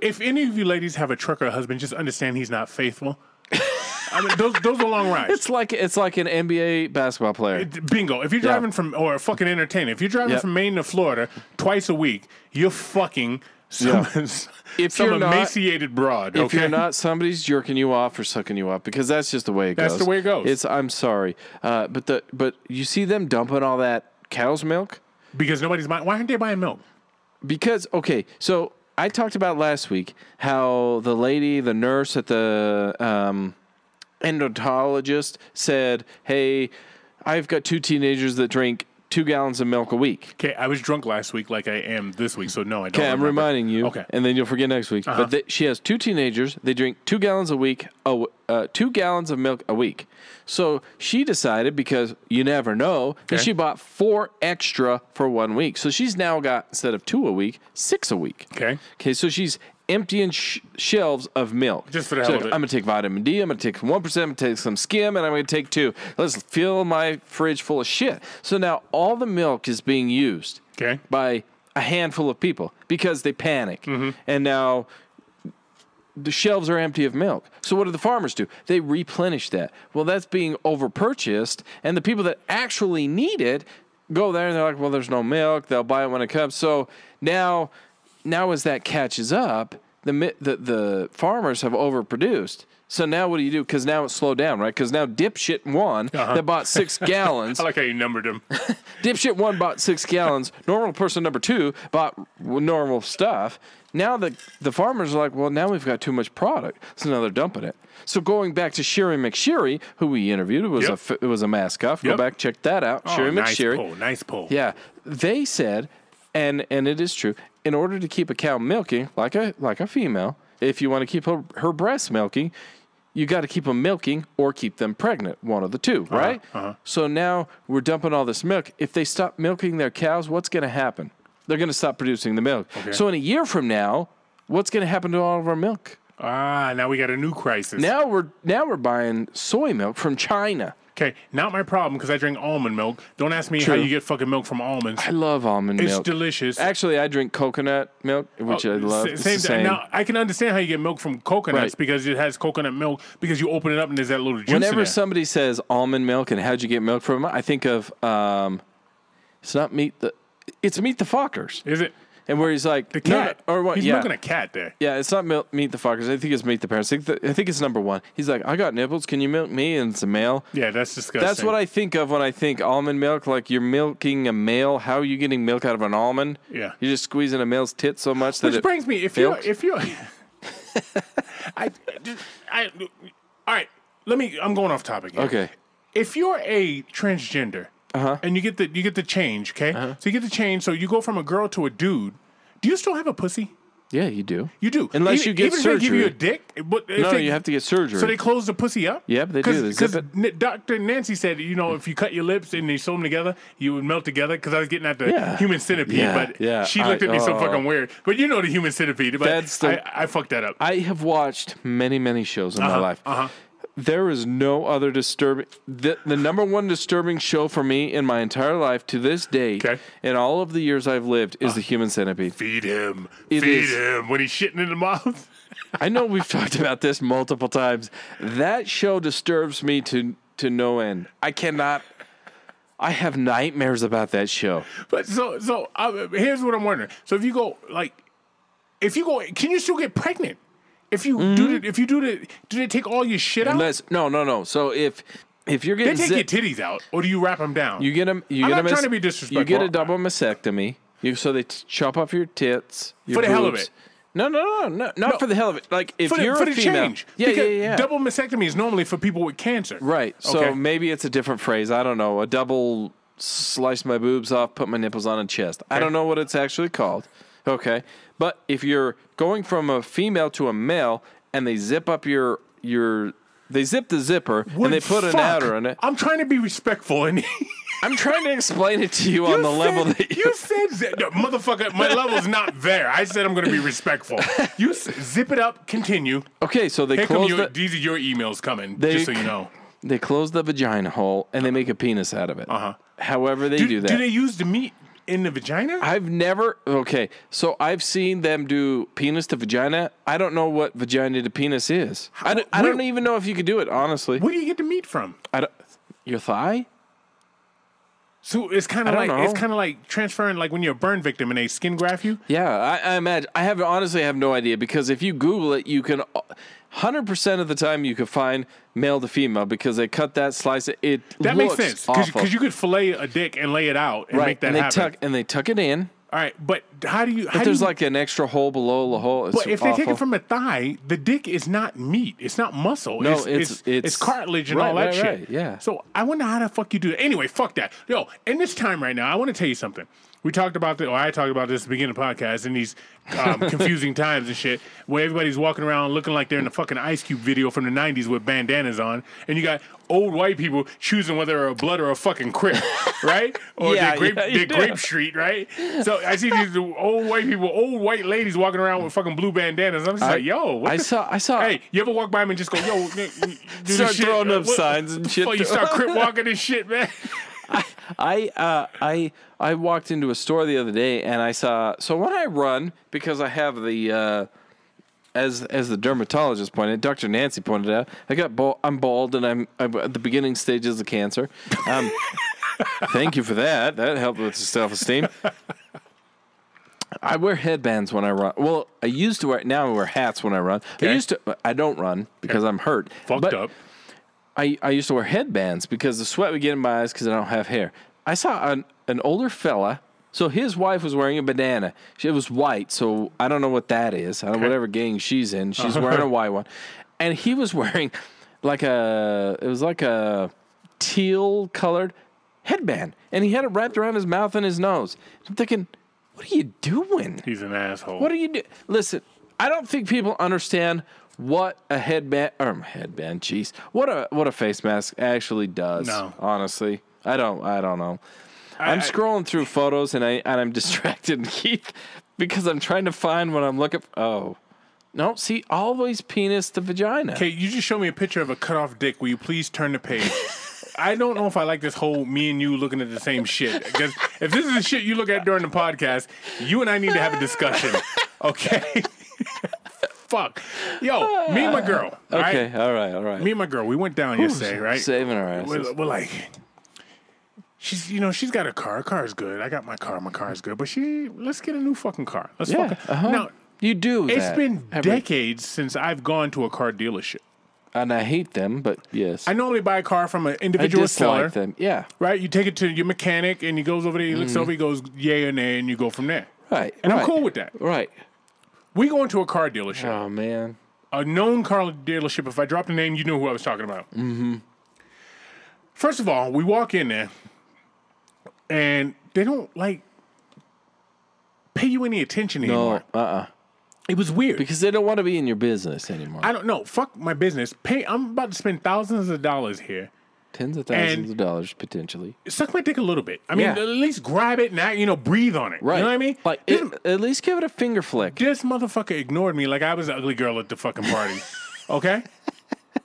if any of you ladies have a trucker husband, just understand he's not faithful. I mean, those those are long rides.
it's like it's like an NBA basketball player.
Bingo. If you're driving from or a fucking entertainer, if you're driving
Yep.
from Maine to Florida twice a week, you're fucking some
If
some
you're not-
emaciated broad.
If
okay?
you're not, somebody's jerking you off or sucking you up because that's just the way it
That's
goes.
the way it goes.
It's I'm sorry, uh, but the but you see them dumping all that cow's milk.
because nobody's buying. Why aren't they buying milk?
because okay so i talked about last week how the lady the nurse at the um, endocrinologist said hey i've got two teenagers that drink two gallons of milk a week
Okay, I was drunk last week, like I am this week, so no, I don't.
okay i'm
remember.
reminding you
Okay. Uh-huh.
and then you'll forget next week but they, she has two teenagers they drink two gallons a week oh, uh, two gallons of milk a week so she decided because you never know that
Okay.
she bought four extra for one week so she's now got instead of two a week six a week
Okay.
Okay, so she's emptying sh- shelves of milk.
Just for the
She's
hell
like,
of it.
I'm gonna take vitamin D. I'm gonna take one percent. I'm gonna take some skim, and I'm gonna take two. Let's fill my fridge full of shit. So now all the milk is being used.
Okay.
By a handful of people because they panic, and now the shelves are empty of milk. So what do the farmers do? They replenish that. Well, that's being overpurchased, and the people that actually need it go there and they're like, "Well, there's no milk. They'll buy it when it comes." So now, now as that catches up, the mi- the, the farmers have overproduced. So now what do you do? Because now it's slowed down, right? Because now dipshit one that bought six gallons
I like how you numbered them.
Dipshit one bought six gallons. Normal person number two bought w- normal stuff. Now the the farmers are like, well, now we've got too much product, so now they're dumping it. So going back to Sherry McSherry, who we interviewed, it was
Yep.
a f- it was a mask cuff. Go
Yep.
back, check that out.
Oh,
Sherry
nice
McSherry.
poll. Nice poll.
Yeah, they said, and and it is true. In order to keep a cow milking, like a like a female, if you want to keep her, her breasts milking, you got to keep them milking or keep them pregnant. One of the 2
Uh-huh,
right? So now we're dumping all this milk. If they stop milking their cows, what's going to happen? They're going to stop producing the milk. So in a year from now, what's going to happen to all of our milk?
Ah, now we got a new crisis.
Now we're now we're buying soy milk from China.
okay, not my problem because I drink almond milk. Don't ask me how
True.
you get fucking milk from almonds.
I love almond
It's
milk.
delicious.
Actually, I drink coconut milk, which I love.
Sa-
It's
same
the
thing. Now I can understand how you get milk from coconuts
Right.
because it has coconut milk because you open it up and there's that little juice. in
Whenever
there.
somebody says almond milk and how'd you get milk from, I think of um, it's not meet the, it's meet the Fockers,
is it
and where he's like
the cat
no, no," or what?
He's
yeah,
milking a cat there.
yeah, it's not milk, meet the Fockers. I think it's meet the parents. I think, the, I think it's number one. He's like, I got nipples. Can you milk me? And it's a male.
Yeah, that's disgusting.
That's what I think of when I think almond milk. Like you're milking a male. How are you getting milk out of an almond?
Yeah.
you're just squeezing a male's tit so much that
Which
it
brings me if you
milks.
if you I just I all right. Let me. I'm going off topic. Here.
Okay. Uh-huh.
if you're a transgender and you get the you get the change, okay? So you get the change, so you go from a girl to a dude. Do you still have a pussy?
Yeah, you do.
You do,
Unless
even,
you get
even if they give you a
surgery.
dick. But if
No,
they,
you have to get surgery.
So they close the pussy up.
Yep, they do. They zip
Because Doctor Nancy said, you know, if you cut your lips and you sew them together, you would melt together. Because I was getting at the
Yeah.
human centipede,
Yeah,
but
yeah,
she looked
I-
at me so
oh.
fucking weird. But you know the human centipede. But
That's the-
I, I fucked that up.
I have watched many, many shows in my life.
uh-huh.
There is no other disturbing. The, the number one disturbing show for me in my entire life to this day,
Okay. Ah.
in all of the years I've lived, is The Human Centipede.
Feed him.
It
Feed
is-
him when he's shitting in the mouth.
I know we've talked about this multiple times. That show disturbs me to to no end. I cannot. I have nightmares about that show.
But so so uh, here's what I'm wondering. So if you go like, if you go, can you still get pregnant? If you do the, if you do the, do they take all your shit out?
Mm-hmm. Unless no, no, no. So if if you're
they
getting
take
zip-
your titties out, or do you wrap them down?
You get a you
I'm
get
not
a
trying to be disrespectful.
You get a double mastectomy. You so they t- chop off your tits your
For the hell of
boobs.
it.
No, no, no, no, not for the hell of it. Like if
for the,
you're
for
a
the
female,
change.
yeah, yeah,
Because
yeah.
Double mastectomy is normally for people with cancer.
right. So
Okay.
maybe it's a different phrase. I don't know. A double slice my boobs off, put my nipples on a chest. I don't know what it's actually called. Okay, but if you're going from a female to a male and they zip up your your they zip the zipper
Well,
and they put an
fuck.
outer on it.
I'm trying to be respectful, and
I'm trying to explain it to you, on
You
the level
said-
that you
you said, zi- no, motherfucker, my level's not there. I said I'm going to be respectful. You s- zip it up, continue.
Okay, so they
Here come
close
your,
the,
these are your emails coming,
They-
just so you know.
they close the vagina hole and they make a penis out of it. Uh-huh. However they do, that.
they use the meat in the vagina?
I've never okay, so I've seen them do penis to vagina. I don't know what vagina to penis is. I don't, I
Where-
don't even know if you could do it honestly.
Where do you get the meat from?
I don't, your thigh?
So it's kind of
I
like
don't
it's
know.
kind of like transferring, like when you're a burn victim and they skin graft you.
Yeah, I, I imagine. I have honestly have no idea because if you Google it, you can. Hundred percent of the time, you can find male to female because they cut that slice. It it
That
looks
makes sense
awful.
because you could fillet a dick and lay it out and
right,
make that
and they
happen.
tuck and they tuck it in.
All right, but how do you? How
But
do
there's
you,
like an extra hole below the hole. It's
But if they take
awful.
it from a thigh, the dick is not meat. It's not muscle.
No,
it's, it's,
it's-
it's,
it's-
cartilage and
right,
all that
right,
shit.
right, yeah.
So I wonder how the fuck you do that. Anyway, fuck that. Yo, in this time right now, I want to tell you something. We talked about this, or I talked about this at the beginning of the podcast in these um, confusing times and shit, where everybody's walking around looking like they're in a fucking Ice Cube video from the 90s with bandanas on, and you got old white people choosing whether they're a blood or a fucking crip, right? Or
Yeah,
they're grape,
yeah, you
they're
do.
grape Street, right? So I see these old white people, old white ladies walking around with fucking blue bandanas. I'm just like, yo, what
I
the-
saw. I saw.
Hey, you ever walk by them and just go, yo, n- n- do
Start
this shit,
throwing
uh,
up signs and shit.
Before you start crip walking and shit, man.
I uh, I I walked into a store the other day and I saw. So when I run, because I have the uh, as as the dermatologist pointed, Dr. Nancy pointed out, I got bald, I'm bald and I'm, I'm at the beginning stages of cancer. Um, thank you for that. That helped with the self esteem. I wear headbands when I run. Well, I used to wear. Now I wear hats when I run. I
Okay.
used to. I don't run because I'm hurt.
Fucked
But
up.
I, I used to wear headbands because the sweat would get in my eyes because I don't have hair. I saw an, an older fella. So his wife was wearing a bandana. She it was white, so I don't know what that is. I don't, Whatever gang she's in, she's wearing a white one, and he was wearing like a it was like a teal colored headband, and he had it wrapped around his mouth and his nose. I'm thinking, what are you doing?
He's an asshole.
What are you do? Listen, I don't think people understand what a headband or headband, jeez, what a what a face mask actually does.
No.
honestly, I don't. I don't know. I, am
I-
scrolling through photos and I and I'm distracted, Keith, because I'm trying to find what I'm looking. For. Oh, no, see, always penis to vagina.
Okay, you just show me a picture of a cut off dick. Will you please turn the page? I don't know if I like this whole me and you looking at the same shit. Because if this is the shit you look at during the podcast, you and I need to have a discussion. Okay? Fuck. Yo, me and my girl. Okay.
Okay, all right, all right.
Me and my girl, we went down yesterday, right?
Saving our asses.
we're, we're like, she's you know she's got a car. Her car's good. I got my car. My car's good. But she let's get a new fucking car. Let's
Yeah,
fucking
uh-huh.
now.
You do.
It's
that
been
every-
decades since I've gone to a car dealership.
and I hate them, but yes,
I normally buy a car from an
I
individual seller,
dislike them. Yeah,
right? You take it to your mechanic, and he goes over there, he looks over, he goes yay or nay, and you go from there.
Mm-hmm. right.
And
right,
I'm cool with that.
Right.
We go into a car dealership,
Oh man.
a known car dealership. If I drop the name, you know who I was talking about. Mm-hmm. First of all, we walk in there, and they don't like pay you any attention
No,
anymore.
uh, uh
It was weird.
because they don't want to be in your business anymore.
I don't know. Fuck my business. Pay. I'm about to spend thousands of dollars here.
Tens of thousands
and-
of dollars potentially.
Suck my dick a little bit. I mean,
Yeah.
at least grab it and act- you know breathe on it.
Right.
You know what I mean?
Like
this,
it- at least give it a finger flick.
this motherfucker ignored me like I was an ugly girl at the fucking party. okay.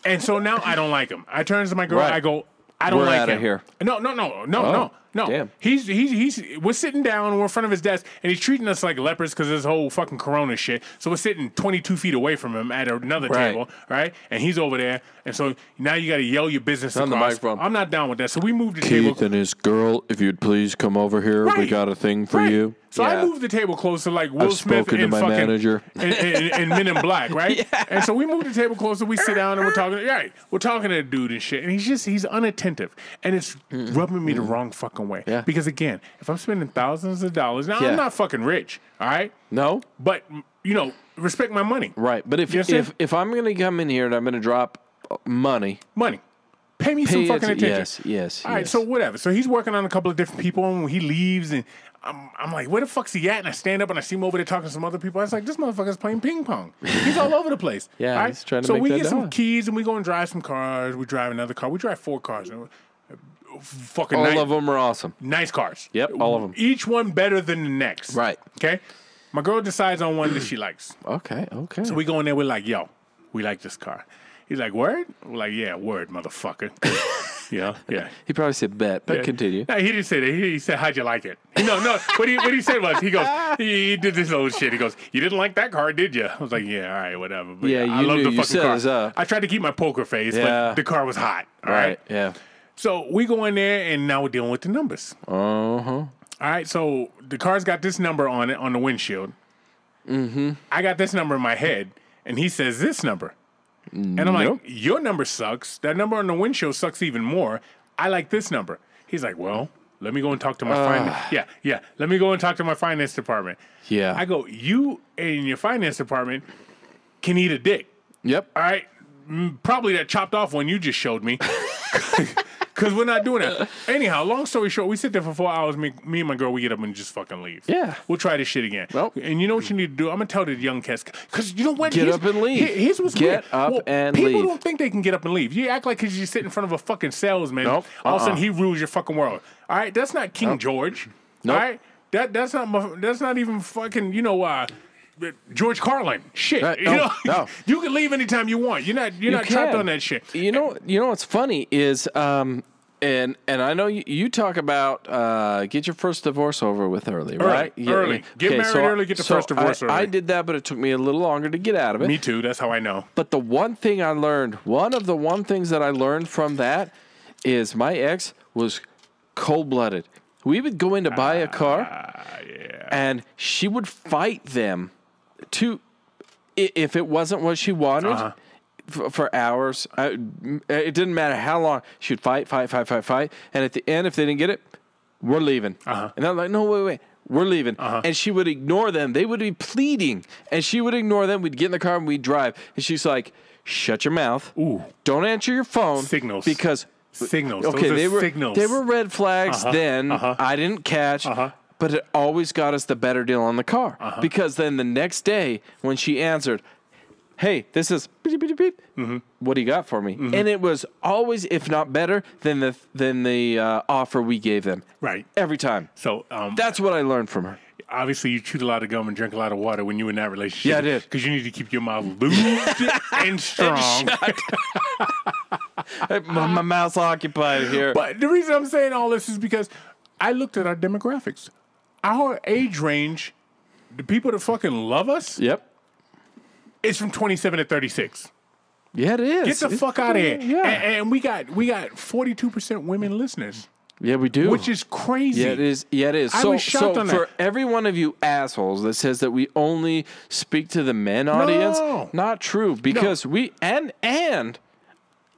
And so now I don't like him. I turns to my girl.
Right.
I go. I don't
We're
like
outta
him.
here. Oh,
No, no, no, no, no, no.
damn.
He's he's he's we're sitting down. We're in front of his desk, and he's treating us like lepers because this whole fucking Corona shit. So we're sitting twenty two feet away from him at another
Right.
table, right? And he's over there, and so now you got to yell your business
On the
across.
microphone.
I'm not down with that. So we moved the table.
Keith and his girl, if you'd please come over here, we
Right.
got a thing for
Right.
you.
So
Yeah.
I moved the table closer, like Will Smith
spoken to
and
my
fucking
manager.
and, and- and Men in Black, right? And so we moved the table closer. We sit down and we're talking. Right, we're talking to the dude and shit, and he's just he's unattentive, and it's rubbing me the wrong fucking way.
Mm-hmm. Yeah.
Because again, if I'm spending thousands of dollars, now
Yeah.
I'm not fucking rich, all right,
No,
but you know, respect my money,
right. But if
Yes, sir.
if if I'm going to come in here and I'm going to drop uh, money,
money, pay me some
pay
fucking
atten-
attention.
yes, yes,
All right,
yes.
so whatever. So he's working on a couple of different people, and when he leaves, and I'm, I'm like, where the fuck's he at? And I stand up and I see him over there talking to some other people. I was like, this motherfucker's playing ping pong. He's all over the place.
Yeah,
All
he's trying to
So
make
we
that
get some
dollar.
keys and we go and drive some cars. We drive another car. We drive four cars. And uh, Fucking
all
nice,
of them are awesome.
nice cars.
Yep, all of 'em.
Each one better than the next.
Right.
Okay. My girl decides on one that she likes.
Okay, okay.
So we go in there, we're like, yo, we like this car. He's like, word? We're like, yeah, word, motherfucker. yeah, yeah.
he probably said bet, but
Yeah.
continue.
No, he didn't say that. He, he said, "How'd you like it?" No, no. What he what he said was, he goes, he, he did this old shit. He goes, "You didn't like that car, did you?" I was like, "Yeah, all right, whatever." But
Yeah,
I
you
love
knew.
the
You
fucking
set
car.
us up.
I tried to keep my poker face,
Yeah.
but the car was hot.
All
all
right.
right.
Yeah.
So we go in there, and now we're dealing with the numbers.
Uh huh.
All right, so the car's got this number on it on the windshield. Mm-hmm. I got this number in my head, and he says this number, and I'm like,
Nope.
"Your number sucks. That number on the windshield sucks even more. I like this number." He's like, "Well, let me go and talk to my finance. Yeah, yeah. Let me go and talk to my finance department."
Yeah.
I go, "You and your finance department can eat a dick."
Yep.
All right, Mm, probably that chopped off one you just showed me. Because we're not doing that. Anyhow, long story short, we sit there for four hours. Me, me and my girl, we get up and just fucking leave.
Yeah.
We'll try this shit again.
Well-
and you know what you need to do? I'm going to tell the young cats. Because you know what?
Get
Here's-
up and leave.
here- Here's what's
Get
weird.
up and
people
leave.
don't think they can get up and leave. You act like because you sit in front of a fucking salesman.
Nope.
All of a
Uh-uh.
sudden, he rules your fucking world. All right? That's not King George.
Nope.
All right? That, that's not my- that's not even fucking, you know, uh, George Carlin. Shit.
Right,
you
Uh, no,
know?
no.
You can leave anytime you want. You're not you're
You
not trapped
can.
on that shit.
You know, you know what's funny is um, and and I know you, you talk about uh, get your first divorce over with early, right?
early. Get married
I-
early, get the first
I-
divorce
I
early.
did that, but it took me a little longer to get out of it.
Me too. That's how I know.
But the one thing I learned, one of the one things that I learned from that is my ex was cold blooded. We would go in to buy a car and she would fight them to i- if it wasn't what she wanted.
Uh-huh.
f- For hours, I, m- it didn't matter how long she'd fight, fight, fight, fight, fight, and at the end, if they didn't get it, we're leaving.
Uh-huh.
And I'm like, no, wait, wait, we're leaving. And she would ignore them. They would be pleading, and she would ignore them. We'd get in the car and we'd drive. And she's like, shut your mouth.
Ooh.
Don't answer your phone.
Signals.
Because
Signals.
okay,
Those are
they were
signals.
they were red flags
Uh-huh.
then. I didn't catch. But it always got us the better deal on the car
Uh-huh.
because then the next day when she answered, "Hey, this is beep, beep, beep, beep.
Mm-hmm.
what do you got for me?" and it was always, if not better, than the than the uh, offer we gave them.
right.
Every time.
So um,
That's what I learned from her.
obviously you chewed a lot of gum and drank a lot of water when you were in that relationship.
Yeah, I did.
Because you need to keep your mouth loose and strong.
Hey, My, my mouth's occupied here.
But the reason I'm saying all this is because I looked at our demographics. Our age range, the people that fucking love us,
yep.
is from 27 to 36.
Yeah, it is.
Get the
It's-
fuck out of here.
Yeah.
And, and we got we got 42% women listeners,
yeah, we do.
which is crazy.
Yeah, it is. Yeah, it is.
I
so,
was shocked
so
on that.
for every one of you assholes that says that we only speak to the men audience,
No.
not true. Because we and and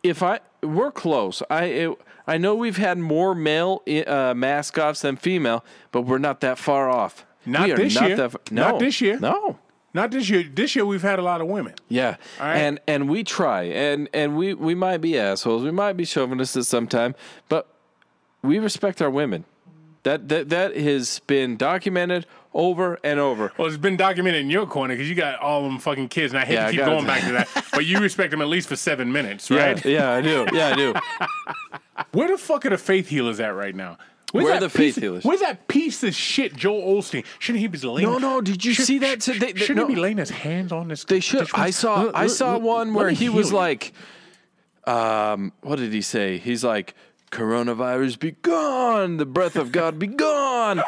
if I we're close. I it, I know we've had more male uh, mascots than female, but we're not that far off.
Not
We are
this
not
year.
that fa- no,
Not this year.
No.
Not this year. This year we've had a lot of women.
Yeah,
right.
and and we try, and and we we might be assholes, we might be chauvinists at some time, but we respect our women. That that that has been documented over and over.
Well, it's been documented in your corner because you got all them fucking kids, and I hate
Yeah, I
to keep
got it.
going back to that. But you respect them at least for seven minutes, right?
Yeah, yeah, I do. Yeah, I do.
Where the fuck are the faith healers at right now?
Where
that
are the faith
piece-
healers?
Where's that piece of shit, Joel Olstein? Shouldn't he be laying?
No, no, did you see that today? They-
shouldn't
no.
he be laying his hands on this?
They should. I saw. I saw one where he was like, um, what did he say? He's like, coronavirus be gone, the breath of God be gone,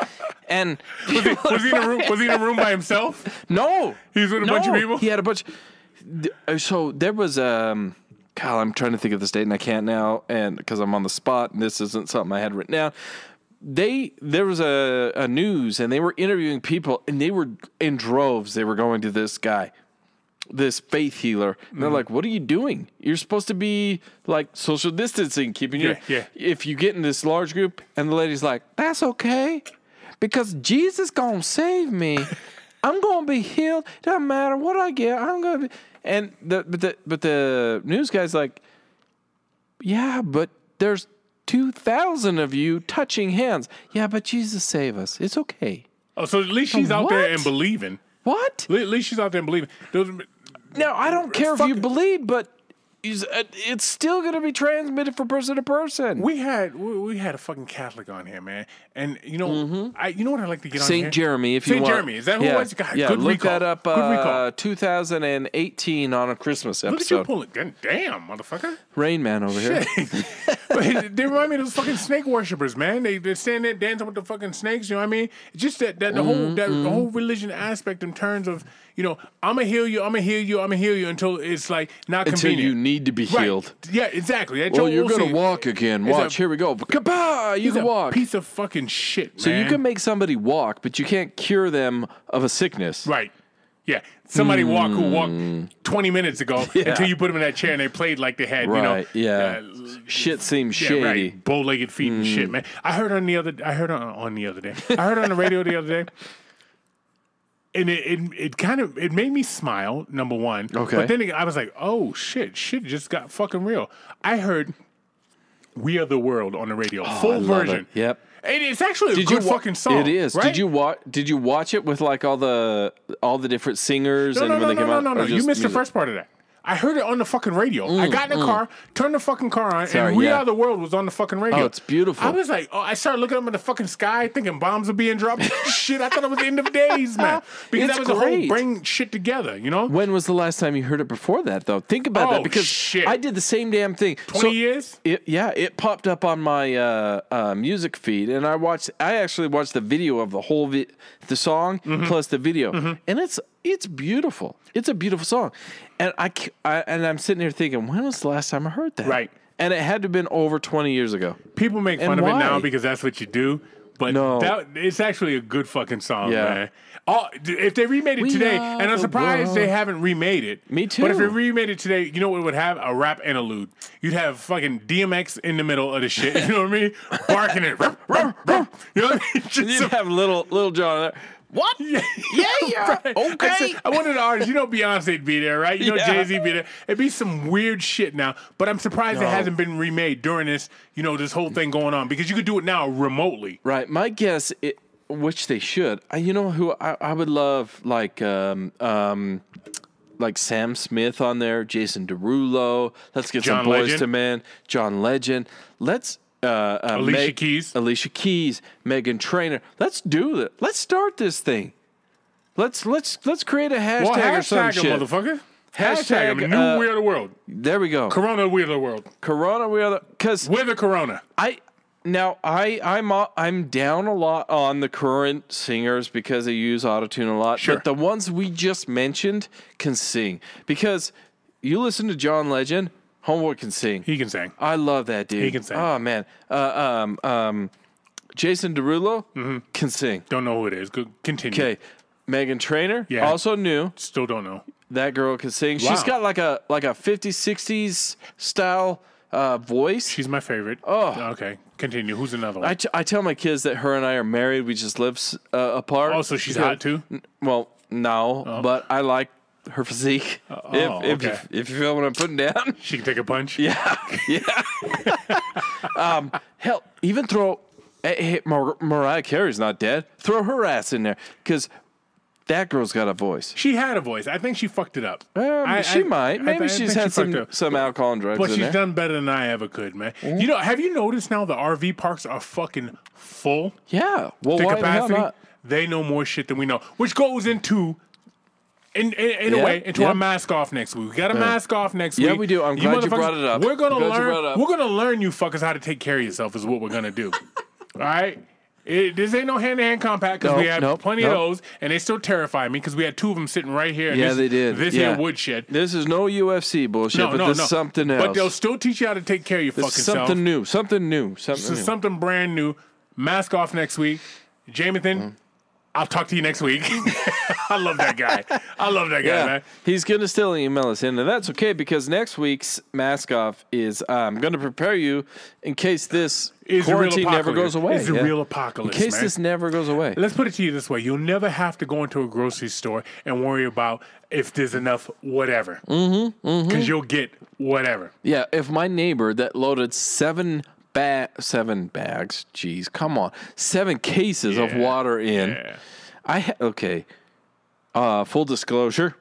and
was he in a room? Was he in a room by himself?
No,
He was with a bunch of
No.
people?
He had a bunch. th- uh, So there was um, God, I'm trying to think of this date and I can't now, and because I'm on the spot and this isn't something I had written down. They there was a, a news and they were interviewing people and they were in droves. They were going to this guy, this faith healer, and
Mm-hmm.
they're like, "What are you doing? You're supposed to be like social distancing, keeping your
Yeah,
If you get in this large group, and the lady's like, "That's okay, because Jesus gonna save me. I'm gonna be healed. Doesn't matter what I get. I'm gonna be." And the but the but the news guy's like, yeah, but there's 2,000 of you touching hands. Yeah, but Jesus save us. It's okay.
Oh, so at least she's out there
What?
and believing.
What?
Le- At least she's out there and believing. Those-
Now, I don't care if you
Fuck.
believe, but is- uh, it's still going to be transmitted from person to person.
We had we, we had a fucking Catholic on here, man, and you know I you know what I like to get on here?
St. Mm-hmm. Jeremy, if you
Saint
want.
Jeremy, is that who it
yeah.
was? God,
yeah,
good
look
recall.
that up.
Good recall.
Uh, 2018 on a Christmas
Look at you
episode.
pulling. God damn, motherfucker.
Rain Man over here.
But they remind me of those fucking snake worshippers, man. They they stand there dancing with the fucking snakes. You know what I mean? It's just that, that the
Mm-hmm,
whole that the whole religion aspect in terms of you know I'm gonna heal you, I'm gonna heal you, I'm gonna heal you until it's like not
Until you
convenient.
need to be
Right.
healed.
Yeah, exactly. That
Well,
Joel
you're going
Osteen
to walk again.
is a-
Watch. here we go. Kabah! You
is
can
a
walk.
Piece of fucking shit.
So you can make somebody walk, but you can't cure them of a sickness.
Right. Yeah. Somebody walk who
Hmm.
walked 20 minutes ago until you put them in that chair and they played like they had,
Right.
you know.
yeah.
uh,
Shit seems
yeah,
shady. Hmm.
right. Bow-legged feet and shit, man. I heard on the other I heard on, on the other day. I heard on the radio the other day. And it, it it kind of it made me smile, number one.
Okay.
But then I was like, oh shit, shit just got fucking real. I heard We Are the World on the radio. full
Oh, I love it.
version.
Yep.
And it's actually a
Did
good
you wa-
fucking song.
It is.
right?
Did you watch? Did you watch it with like all the all the different singers
No,
and
no,
when
no,
they
no,
came
no,
out?
no,
or
no. You
just
missed the
music? Mm,
first part of that. I heard it on the fucking radio. I got in the car, turned the fucking car on,
Sorry,
and We
yeah.
Are the World was on the fucking radio.
Oh, it's beautiful.
I was like, oh, I started looking up in the fucking sky, thinking bombs are being dropped. shit, I thought it was the end of days, man. Because
It's
that was the whole
great.
bring shit together, you know?
When was the last time you heard it before that, though? Think about
Oh,
that because
shit.
I did the same damn thing.
20 years?
It, yeah, it popped up on my uh, uh, music feed, and I watched. I actually watched the video of the whole vi- the song
Mm-hmm.
plus the video, and it's it's beautiful. It's a beautiful song, and I, c- I- and I'm sitting here thinking, when was the last time I heard that?
Right.
and it had to have been over 20 years ago.
People make
And
fun of it now
why?
because that's what you do. But
No.
that, it's actually a good fucking song,
Yeah.
man. All, if they remade it
We
today,
are
and I'm
the
surprised they
world.
haven't remade it.
Me
But
too.
if they remade it today, you know what would have? A rap interlude. You'd have fucking DMX in the middle of the shit. You know what I mean? Barking it. "Ruff, ruff, ruff." you know what I mean? Just
You
some-
have little little John there. What?
yeah,
yeah. Okay.
I, said- I wanted an artist. You know, Beyonce'd be there, right? You know,
Yeah.
Jay Z be there. It'd be some weird shit now, but I'm surprised it
No.
hasn't been remade during this. You know, this whole thing going on because you could do it now remotely.
Right. My guess, it, which they should. I, you know who I, I would love, like, um, um, like Sam Smith on there, Jason Derulo. Let's get
John
some boys
Legend.
to men. John Legend. Let's. Uh, uh,
Alicia Keys.
Alicia Keys, Megan Trainer. Let's do it. Let's start this thing. Let's let's let's create a hashtag
Well,
or some
hashtag 'em,
shit.
motherfucker. Hashtag,
Hashtag,
'em. new
uh,
we are the world.
There we go.
Corona, we are the world.
Corona, we are because
We're the Corona.
I now I I'm o- I'm down a lot on the current singers because they use autotune a lot.
Sure.
But the ones we just mentioned can sing because you listen to John Legend, Homeboy can sing.
He can sing.
I love that dude.
He can sing.
Oh man, uh, um, um, Jason Derulo
Mm-hmm.
can sing.
Don't know who it is. Go, continue.
Okay, Megan Trainer,
Yeah.
also new.
Still don't know.
That girl can sing.
Wow.
She's got like a like a 50s 60s style uh, voice.
She's my favorite. Oh. Okay. Continue. Who's another one?
I, t- I tell my kids that her and I are married. We just live s- uh, apart.
oh, so she's
Because-
hot too?
N- Well, no, but I like her physique.
oh,
if, if,
okay.
you, if you feel what I'm putting down,
She can take a punch?
yeah, yeah. um, hell, even throw eh, eh, Mar- Mariah Carey's not dead. Throw her ass in there because that girl's got a voice.
She had a voice. I think she fucked it up.
Um,
I-
she
I- I
might.
th-
Maybe
I
she's
think
had
she fucked
some
up.
some alcohol and drugs in
But she's
there. Mm.
done better than I ever could, man. You know, have you noticed now the RV parks are fucking full
yeah. Well,
to
why the
capacity?
hell not?
They know more shit than we know, which goes into. In, in, in a
Yeah,
way, into
yeah.
our mask off next week. We got a mask off next week.
Yeah, we do. I'm glad you
motherfuckers-
brought it up.
We're gonna
I'm glad you brought it
learn.
up.
We're gonna learn you fuckers how to take care of yourself. Is what we're gonna do. All right. It, this ain't no hand to hand compact because
Nope,
we had
nope,
plenty of
nope.
those, and they still terrify me because we had two of them sitting right here. and
Yeah,
this,
they did.
This
yeah.
here woodshed.
This is no UFC bullshit, but this is something else.
But they'll still teach you how to take care of your
This
fucking
is
self.
something new. Something new. Something
This
new.
is something brand new. Mask off next week. Jamathan,
Mm.
I'll talk to you next week. I love that guy. I love that guy,
yeah.
man.
He's gonna still email us in, and that's okay because next week's mask off is I'm gonna prepare you in case this
It's a real
quarantine never
apocalypse.
goes away.
It's a
yeah.
real apocalypse,
In case
man.
this never goes away.
Let's put it to you this way: you'll never have to go into a grocery store and worry about if there's enough whatever, because
Mm-hmm,
you'll get whatever.
Yeah, if my neighbor that loaded seven ba- seven bags, geez, come on, seven cases of
Yeah,
water in,
yeah.
I ha- okay. Uh, full disclosure,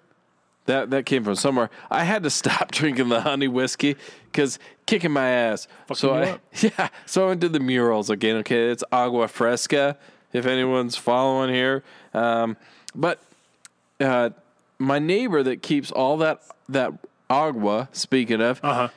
that that came from somewhere. I had to stop drinking the honey whiskey because kicking my ass. so
you
I
up.
yeah, so I went to the murals again. Okay, it's agua fresca. If anyone's following here, um, but uh, my neighbor that keeps all that that agua. Speaking of,
Uh huh.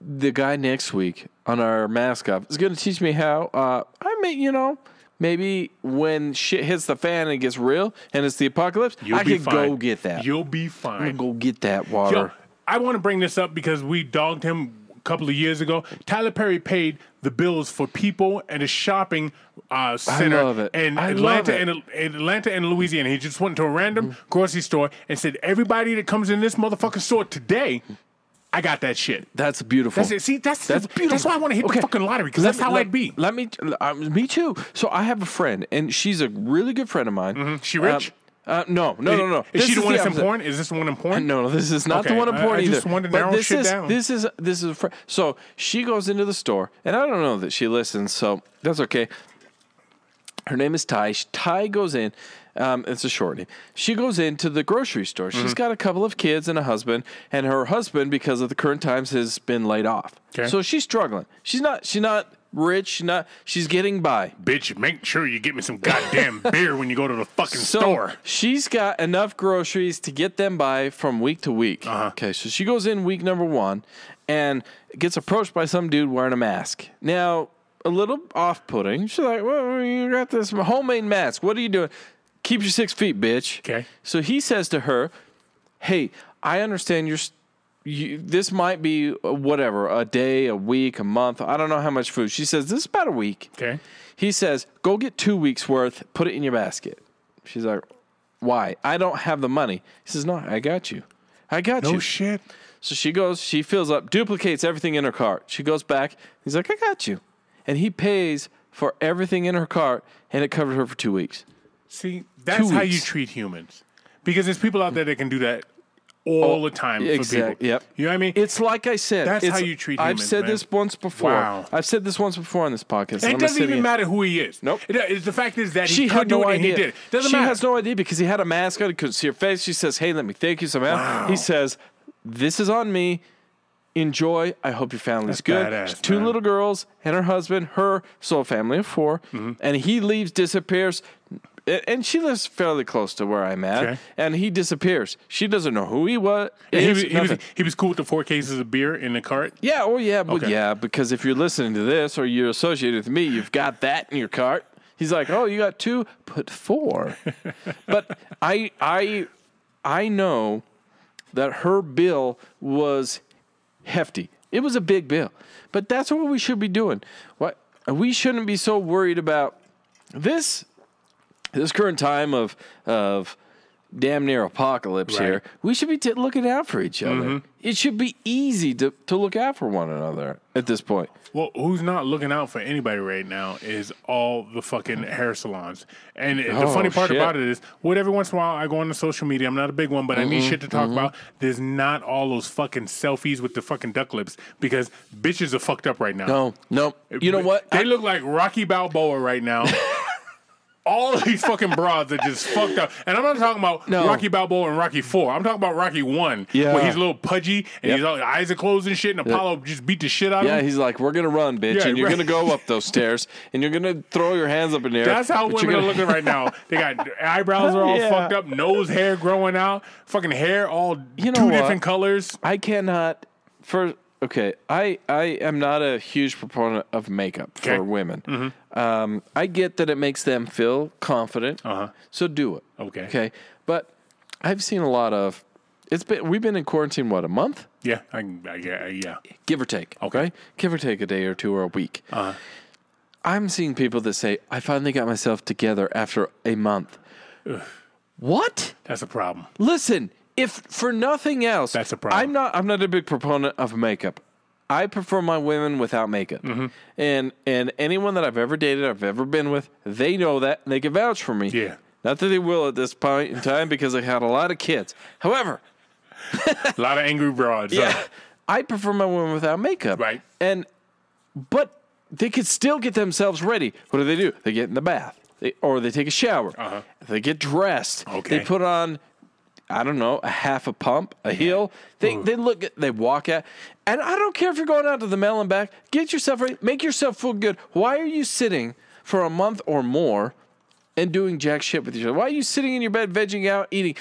the guy next week on our mascot is going to teach me how uh, I may, you know, maybe when shit hits the fan and it gets real and it's the apocalypse,
You'll
I
be
could
fine.
go get that.
You'll be fine.
go get that
Yo,
water.
I want to bring this up because we dogged him a couple of years ago. Tyler Perry paid the bills for people and a shopping uh, center
love it.
in
I love
Atlanta
it.
and in Atlanta and Louisiana. He just went to a random grocery store and said, "Everybody that comes in this motherfucking store today, I got that shit."
That's beautiful.
That's it. See, that's
That's
that's, that's why I want to hit the
Okay.
fucking lottery because
Let
that's
me-
how
let-
I'd be.
Let me, uh, me too. So I have a friend, and she's a really good friend of mine.
Mm-hmm. She
Uh,
rich?
uh, no, no, no, no.
Is she the one that's in
important?
porn? Is this the one in porn?
No, no, this is not
Okay,
the one
I-
important
I
either.
just wanted to
But
narrow
this
shit
is
down.
this is this is fr- so she goes into the store, and I don't know that she listens, so that's okay. Her name is Ty. She- Ty goes in. Um, it's a short name. She goes into the grocery store.
Mm-hmm.
She's got a couple of kids and a husband, and her husband, because of the current times, has been laid off.
Okay.
So she's struggling. She's not. She's not rich. She's not. She's getting by.
Bitch, make sure you get me some goddamn beer when you go to the fucking
So
store.
she's got enough groceries to get them by from week to week.
Uh-huh.
Okay, so she goes in week number one and gets approached by some dude wearing a mask. Now, a little off putting. She's like, Well, you got this homemade mask. What are you doing? Keep your six feet, bitch.
Okay.
So he says to her, Hey, I understand you're. s- You, this might be uh, whatever, a day, a week, a month. I don't know how much food. She says, This is about a week.
Okay.
He says, "Go get two weeks worth. Put it in your basket." She's like, "Why? I don't have the money." He says, "No, I got you. I got
No
you."
shit.
so she goes. She fills up, duplicates everything in her cart. She goes back. He's like, "I got you," and he pays for everything in her cart, and it covered her for two weeks.
See, that's how you
weeks.
treat humans. Because there's people out there that can do that all the time for
Oh, Exact-
people.
Yep.
You know what I mean?
It's like I said.
That's
it's-
how you treat
I've
humans,
said
man.
this once before.
Wow.
I've said this once before on this podcast. and I'm
it
gonna
doesn't
say
even
again.
matter who he is.
Nope.
It, it's the fact is that
She
he could
had
do
no
it and
idea.
he did. It. Doesn't
she
matter.
has no idea because he had a mask on. He couldn't see her face. She says, "Hey, let me thank you somehow."
Wow.
He says, "This is on me. Enjoy. I hope your family's good."
badass,
Two
man.
little girls and her husband. Her so a family of 4
Mm-hmm.
and he leaves, disappears. A- And she lives fairly close to where I'm at,
Okay.
and he disappears. She doesn't know who he was.
he, was, he, was, he was cool with the four cases of beer in the cart.
yeah, oh yeah, but
Okay.
yeah, because if you're listening to this or you're associated with me, you've got that in your cart. He's like, "Oh, you got two, put four. but I I I know that her bill was hefty. It was a big bill. But that's what we should be doing. What we shouldn't be so worried about this this current time of of damn near apocalypse
Right. Mm-hmm.
here. We should be t- looking out for each other. It should be easy to to look out for one another at this point.
Well, who's not looking out for anybody right now is all the fucking hair salons. And the
Oh,
funny part
shit.
about it is, what every once in a while I go on to social media. I'm not a big one, but I
Mm-hmm,
need shit to talk about. There's not all those fucking selfies with the fucking duck lips because bitches are fucked up right now.
No, no. You know what?
They
I-
look like Rocky Balboa right now. All of these fucking broads are just fucked up, and I'm not talking about
No.
Rocky Balboa and Rocky Four. I'm talking about Rocky One,
Yeah.
where he's a little pudgy and
Yep.
he's all his eyes are closed and shit, and Apollo just beat the shit out of him.
yeah, he's like, we're gonna run, bitch,
Yeah,
and you're
right.
gonna go up those stairs, and you're gonna throw your hands up in the air.
That's how
but you're
women are
gonna-
looking right now. They got eyebrows are all
Yeah.
fucked up, nose hair growing out, fucking hair all
You know
two
what?
different colors.
I cannot for okay. I I am not a huge proponent of makeup
Okay. Mm-hmm.
for women. Um, I get that it makes them feel confident.
Uh-huh.
So do it.
Okay.
Okay. But I've seen a lot of. It's been we've been in quarantine what a month,
Yeah, I, I, yeah, yeah.
give or take.
Okay.
right? Give or take a day or two or a week. Uh-huh. I'm seeing people that say I finally got myself together after a month. What?
That's a problem.
Listen, if for nothing else,
That's a problem.
I'm not. I'm not a big proponent of makeup. I prefer my women without makeup,
Mm-hmm.
and and anyone that I've ever dated, I've ever been with, they know that and they can vouch for me.
Yeah.
Not that they will at this point in time because I had a lot of kids. However,
A lot of angry broads. huh?
yeah, I prefer my women without makeup.
Right.
And but they could still get themselves ready. What do they do? They get in the bath, they, or they take a shower.
Uh-huh.
They get dressed.
Okay.
They put on, I don't know, a half a pump, a heel. They they look. at- They walk out. And I don't care if you're going out to the mail and back. Get yourself ready. Make yourself feel good. Why are you sitting for a month or more and doing jack shit with yourself? Why are you sitting in your bed, vegging out, eating?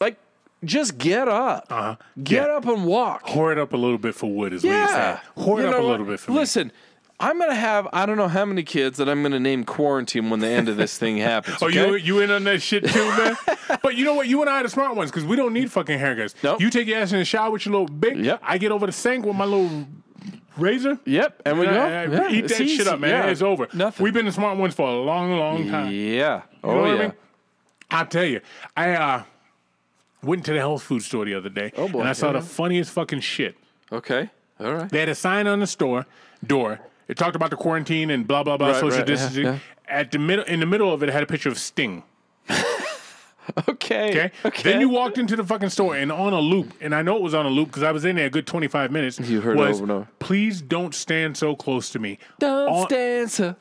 Like, just get up. Uh-huh. Get
Yeah.
up and walk.
Whore it up a little bit for wood is what he's saying.
Yeah.
Whore
You
it up
know
a
what?
little bit for me.
Listen, I'm going to have, I don't know how many kids that I'm going to name quarantine when the end of this thing happens.
Oh,
Okay?
you you in on that shit too, man? but you know what? You and I are the smart ones because we don't need fucking haircuts.
Nope.
You take your ass in the shower with your little big.
Yep.
I get over the sink with my little razor.
Yep, and we go.
Yeah,
Yeah,
eat
it's
that shit
easy.
up, man.
Yeah.
It's over.
Nothing.
We've been the smart ones for a long, long
yeah.
time. You know
Oh,
what I
yeah.
mean? I'll tell you. I uh, went to the health food store the other day.
Oh, boy,
And I saw
yeah.
the funniest fucking shit.
Okay. All right.
They had a sign on the store door. It talked about the quarantine and blah blah blah,
Right,
social
right, yeah,
distancing.
yeah.
At the middle, in the middle of it, it had a picture of Sting.
Okay.
Okay? Then you walked into the fucking store and on a loop, and I know it was on a loop because I was in there a good 25 minutes.
You heard it
was,
over and over.
Please don't stand so close to me.
Don't
All-
stand so.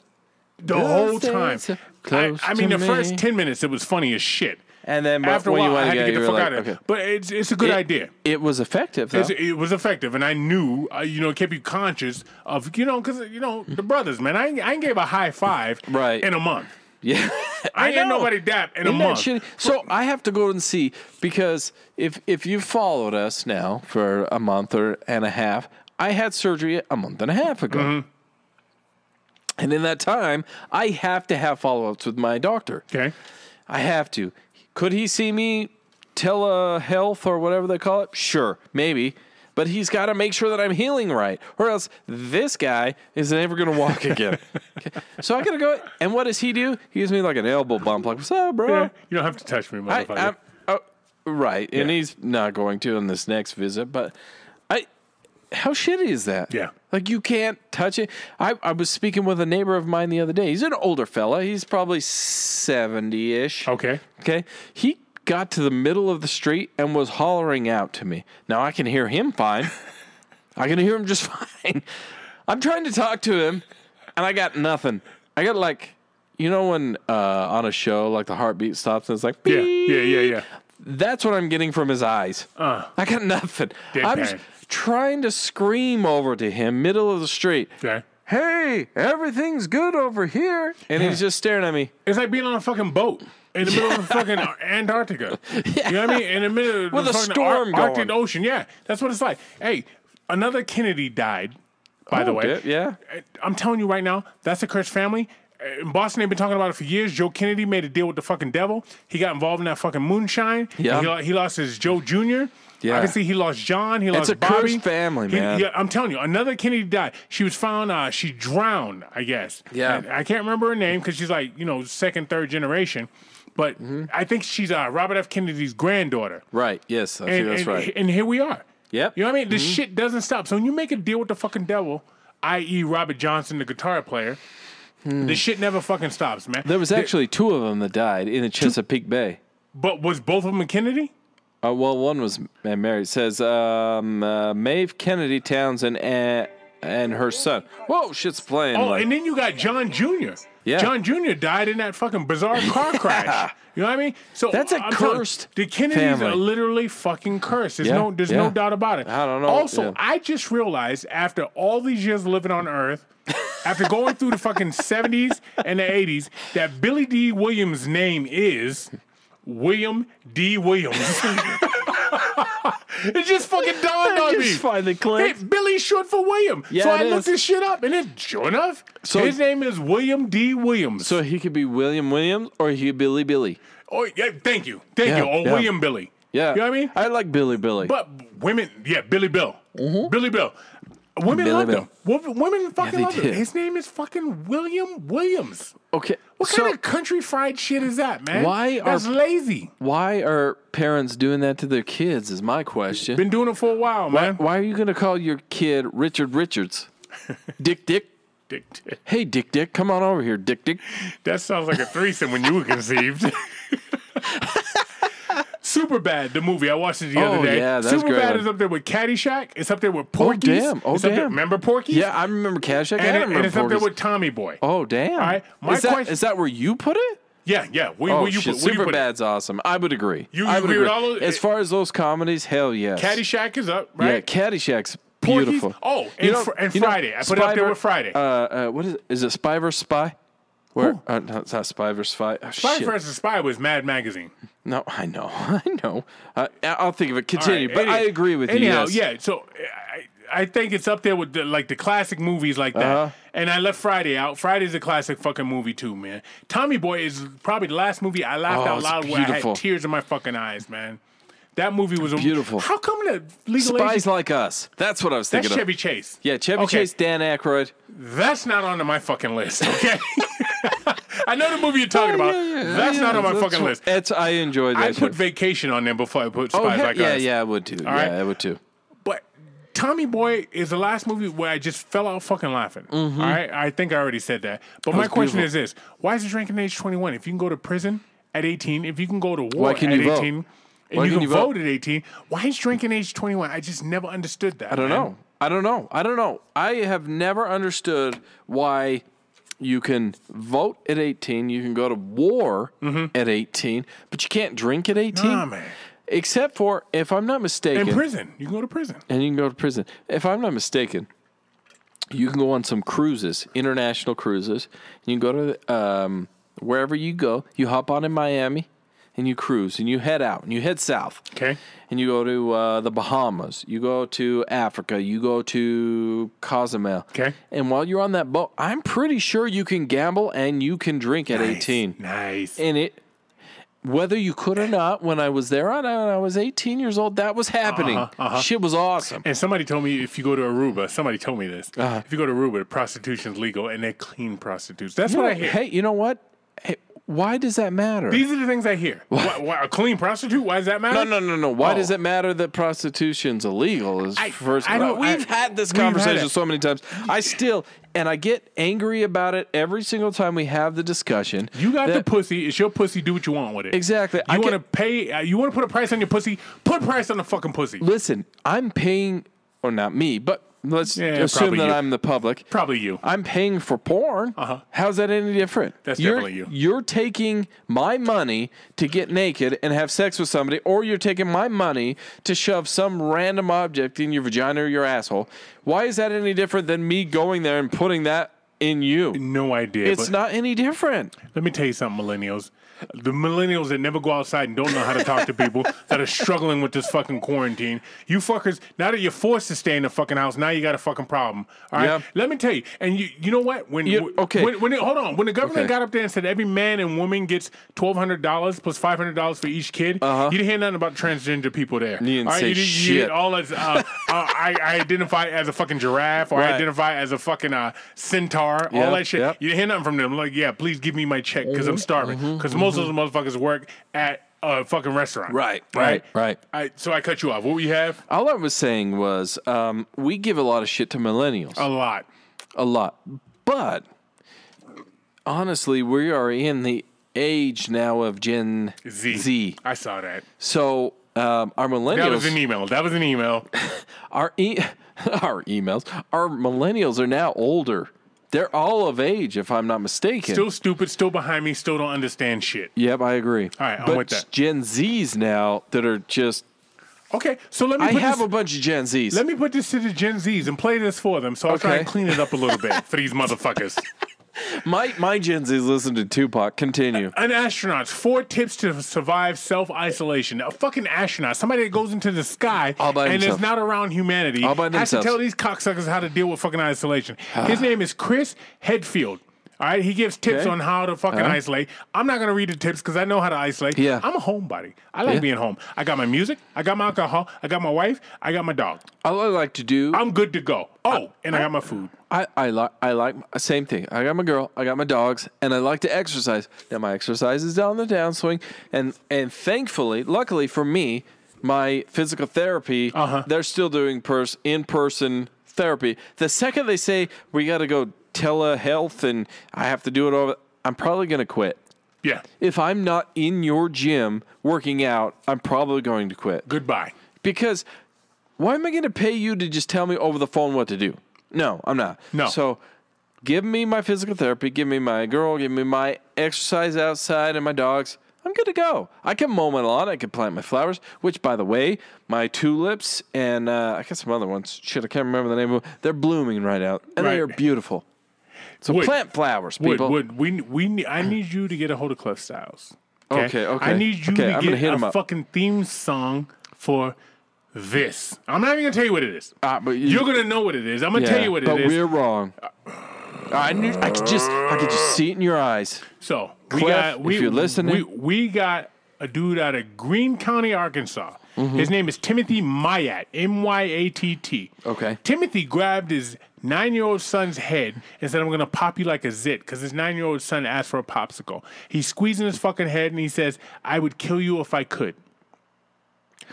the
don't
whole
stand
time.
so Close
I, I
to
mean, the
me.
first ten minutes it was funny as shit.
And then but
After a
when you
while,
wanna
I had to
get-
get the
you're
fuck
like,
out of it.
okay.
But it's it's a good
It-
idea.
It was effective though.
It's, it was effective, and I knew, uh, you know, it kept you conscious of, you know, because you know the brothers, man. I ain't, I ain't gave a high five
Right.
in a month.
yeah.
I, ain't had
know.
nobody dap in a
Isn't that
month.
shitty? So I have to go and see because if if you followed us now for a month or and a half, I had surgery a month and a half ago.
Mm-hmm.
And in that time, I have to have follow-ups with my doctor.
Okay,
I have to. Could he see me telehealth or whatever they call it? Sure, maybe. But he's got to make sure that I'm healing right, or else this guy is never going to walk again. Okay. So I got to go. And what does he do? He gives me like an elbow bump, like, what's up, bro?
Yeah, you don't have to touch me,
I,
motherfucker.
I'm, oh, right. And
Yeah.
he's not going to in this next visit, but I. How shitty is that?
Yeah.
Like you can't touch it. I, I was speaking with a neighbor of mine the other day. He's an older fella. He's probably 70 ish.
okay,
Okay. He got to the middle of the street and was hollering out to me. Now I can hear him fine. I can hear him just fine. I'm trying to talk to him and I got nothing. I got like, you know, when uh, on a show, like the heartbeat stops and it's like,
yeah, yeah, yeah,
beep?
yeah.
That's what I'm getting from his eyes.
Uh.
I got nothing. I'm
Deadpan.
just trying to scream over to him, middle of the street.
Okay.
Hey, everything's good over here. And he's just staring at me.
It's like being on a fucking boat in the middle of fucking Antarctica. You know what I mean? In the middle of
With
the
a
fucking
storm
Ar- Arctic
going.
Ocean. Yeah, that's what it's like. Hey, another Kennedy died. By the
Oh,
way,
did- yeah.
I'm telling you right now, that's a cursed family. In Boston, they've been talking about it for years. Joe Kennedy made a deal with the fucking devil. He got involved in that fucking moonshine.
Yeah.
He, lo- he lost his Joe Jr.
Yeah.
I can see he lost John. He lost
a cursed
Bobby.
family,
He-
man.
yeah, I'm telling you, another Kennedy died. She was found. Uh, she drowned, I guess.
Yeah.
And I can't remember her name because she's like you know second, third generation, but
Mm-hmm.
I think she's uh, Robert F. Kennedy's granddaughter.
Right. Yes. I
And,
think that's
and,
right.
and here we are.
Yep. Mm-hmm.
You know what I mean? This shit doesn't stop. So when you make a deal with the fucking devil, i.e., Robert Johnson, the guitar player, this shit never fucking stops, man.
Hmm. There was actually two of them that died in the Chesapeake Bay.
but was both of them a Kennedy?
Uh, well, one was ma- married. It says um, uh, Maeve Kennedy Townsend and and her son. Whoa, shit's playing.
Oh,
like-
and then you got John Jr.
Yeah.
John Jr. died in that fucking bizarre car crash. You know what I mean? So
That's a
I'm telling-
cursed
The Kennedys
family.
are literally fucking cursed. There's
Yeah,
no, there's
yeah.
no doubt about it.
I don't know,
Also,
yeah.
I just realized after all these years living on Earth, after going through the fucking 70s and the 80s, that Billy D. Williams' name is William D. Williams. it just fucking dawned on me.
just finally clicked.
Hey, Billy's short for William. so
Yeah,
I
it
looked
is.
this shit up, and then sure enough,
So-
his name is William D. Williams.
so he could be William Williams or he could be Billy Billy.
oh, yeah, thank you, thank
Yeah,
you. Oh,
yeah.
William Billy.
Yeah.
you know what I mean.
I like Billy Billy.
but women, yeah, Billy Bill, Billy Bill. Women
Mm-hmm. Billy
love
Bill.
him. Wo- Women fucking
they
love him.
do.
His name is fucking William Williams.
okay.
What
so
kind of country fried shit is that, man?
Why are-
that's lazy?
why are parents doing that to their kids? Is my question.
Been doing it for a while, man.
why are you going to call your kid Richard Richards? Dick Dick.
Dick-
Hey, Dick Dick, come on over here, Dick Dick.
That sounds like a threesome when you were conceived. Super Bad, the movie. I watched it the
Oh,
other day.
yeah, that's a
Super
good
Bad
one.
is up there with Caddyshack. It's up there with Porky's.
damn. Oh,
it's up there-
damn.
remember Porky's?
Yeah, I remember Cash. App. I
And, it-
remember
and it's up there
Porky's.
with Tommy Boy.
Oh damn!
right, my
is, that,
quest-
is that where you put it?
Yeah, yeah. Where,
Oh
where you
shit!
put, where you put it?
Superbad's awesome. I would agree.
You-
I
you
would
agree with all of-
as far as those comedies, hell yes.
Caddyshack is up,
yeah,
right?
Caddyshack's
Porky's-
beautiful.
oh, and Fr- and
you know,
Friday. I put it up there
Spy
with
ver-
Friday.
Uh, uh, what is it? Is it Spy versus Spy? Where? Uh, no, it's not Spy versus Spy. Oh,
Spy
shit.
versus Spy was Mad Magazine.
No, I know, I know. Uh, I'll think of it.
All
Continue,
right,
but I
any-
agree with
anyhow,
you. yes.
yeah. So I, I think it's up there with the, like the classic movies like that.
Uh-huh.
And I left Friday out. Friday's a classic fucking movie too, man. Tommy Boy is probably the last movie I laughed
Oh,
out
it's
loud where I
beautiful.
had tears in my fucking eyes, man. That movie was a,
Beautiful.
How come the legal
Spies
Agent-
like us. That's what I was
That's
thinking
Chevy
of.
Chase.
Yeah, Chevy
Okay.
Chase, Dan Aykroyd.
That's not on my fucking list. Okay. I know the movie you're
Oh,
talking about. that's not on my fucking list.
It's I enjoyed that.
I put
shit.
Vacation on there before I put Spies
Oh, hell-
Like
yeah,
Us.
yeah, I would too. yeah,
right?
I would too.
But Tommy Boy is the last movie where I just fell out fucking laughing. All right, I think I already said that. But my
Mm-hmm. was
question
beautiful.
is this: Why is it ranking age twenty one? If you can go to prison at eighteen, if you can go to war
Why can't
at
you vote?
eighteen, and
Why
you
can't
can
you vote?
vote? at eighteen, why is drinking age twenty one? I just never understood that.
I don't know. I don't know. I don't know. I have never understood why you can vote at 18, you can go to war at 18, but you can't drink at 18.
Mm-hmm. Nah, Ah, man.
Except for, if I'm not mistaken,
In prison. You can go to prison.
and you can go to prison. If I'm not mistaken, you can go on some cruises, international cruises. You can go to um, wherever you go. You hop on in Miami, and you cruise, and you head out, and you head south.
Okay.
And you go to uh, the Bahamas. You go to Africa. You go to Cozumel.
Okay.
And while you're on that boat, I'm pretty sure you can gamble and you can drink at
Nice.
18
Nice.
and it whether you could or not when i was there when i was 18 years old that was happening
Uh-huh,
shit was awesome
And somebody told me if you go to Aruba, somebody told me this.
Uh-huh.
If you go to Aruba, prostitution's legal and they're clean prostitutes. That's
You
what
know-
I hear.
hey you know what hey, why does that matter
These are the things I hear. Why, why, a clean prostitute? Why does that matter?
no no no no why
Oh.
does it matter that prostitution's illegal is
I-
first
I don't-
we've
I-
had this
we've had
conversation
it.
so many times i still and i get angry about it every single time we have the discussion
You got
that-
the pussy. It's your pussy. Do what you want with it.
Exactly. I
You want to
get-
pay. Uh, you want to put a price on your pussy. Put a price on the fucking pussy.
listen i'm paying or not me but let's
Yeah,
assume
probably
that
you.
i'm the public
Probably you.
I'm paying for porn. Uh-huh. How's that any different?
That's
you're,
definitely you.
You're taking my money to get naked and have sex with somebody, or you're taking my money to shove some random object in your vagina or your asshole. Why is that any different than me going there and putting that in you?
No idea.
It's
but
not any different.
Let me tell you something, millennials. The millennials that never go outside and don't know how to talk to people that are struggling with this fucking quarantine. You fuckers, now that you're forced to stay in the fucking house, now you got a fucking problem. All right.
Yeah.
Let me tell you. And you you know what? When
You-
when-
okay.
when, when it- hold on, when the government
Okay.
got up there and said every man and woman gets twelve hundred dollars plus five hundred dollars for each kid, you didn't hear nothing about transgender people there.
Uh-huh. You didn't
all
say
you didn't, you
shit.
didn't all as uh, uh, I, I identify as a fucking giraffe or
Right.
I identify as a fucking uh, centaur,
Yep,
all that shit.
yep.
You didn't hear nothing from them. Like, yeah, please give me my check because I'm starving. Because most of those motherfuckers work at a fucking restaurant.
Right, right,
I, so I cut you off. What we have?
All I was saying was um, we give a lot of shit to millennials.
A lot.
a lot. But honestly, we are in the age now of Gen
Z.
Z.
I saw that.
So um, our millennials
That was an email. That was an email.
our e- our emails our millennials are now older. They're all of age, if I'm not mistaken.
Still stupid. Still behind me. Still don't understand shit.
yep, I agree. All
right, I'm
but
with that.
it's Gen Zs now that are just.
Okay, so let me.
I
Put
have
this,
a bunch of Gen Zs.
Let me put this to the Gen Zs and play this for them. So I'll try
Okay.
and clean it up a little bit for these motherfuckers.
my my Gen Zs listen to Tupac. Continue.
An astronaut's four tips to survive self isolation. A fucking astronaut, somebody that goes into the sky
All by
and
himself.
is not around humanity,
All by
has to
themselves.
tell these cocksuckers how to deal with fucking isolation. His name is Chris Headfield. All right, he gives tips
Okay. Uh-huh.
on how to fucking isolate. I'm not gonna read the tips because I know how to isolate.
Yeah.
I'm a homebody. I like
Yeah.
being home. I got my music. I got my alcohol. I got my wife. I got my dog.
All I like to do.
I'm good to go. Oh, and I got my food.
I, I like I like same thing. I got my girl, I got my dogs, and I like to exercise. Now my exercise is down the downswing, and and thankfully, luckily for me, my physical therapy they're still doing pers- in person therapy. The second they say we got to go telehealth and I have to do it over, I'm probably gonna quit.
Yeah.
If I'm not in your gym working out, I'm probably going to quit
Goodbye.
because why am I going to pay you to just tell me over the phone what to do? No, I'm not.
No.
So give me my physical therapy, give me my girl, give me my exercise outside and my dogs. I'm good to go. I can mow my lawn. I can plant my flowers, which, by the way, my tulips and uh, I got some other ones. Shit, I can't remember the name of them. They're blooming right out, and they
Right.
are beautiful. So
Wood.
plant flowers,
Wood,
people.
Wood, we we ne- I need you to get a hold of Cliff Styles.
Okay, okay.
I need you
Okay,
to
I'm gonna
get
hit him
a
up.
fucking theme song for this. I'm not even gonna tell you what it is.
Ah, but you-
you, are gonna know what it is. I'm gonna
Yeah,
tell you what it
but
is.
we're wrong. I knew. I could just. I could just see it in your eyes.
So we
Cliff,
got
if
we,
you're listening-
we, we got a dude out of Greene County, Arkansas.
Mm-hmm.
His name is Timothy Myatt, M Y A T T.
Okay.
Timothy grabbed his nine year old son's head and said, I'm going to pop you like a zit because his nine year old son asked for a popsicle. He's squeezing his fucking head and he says, I would kill you if I could.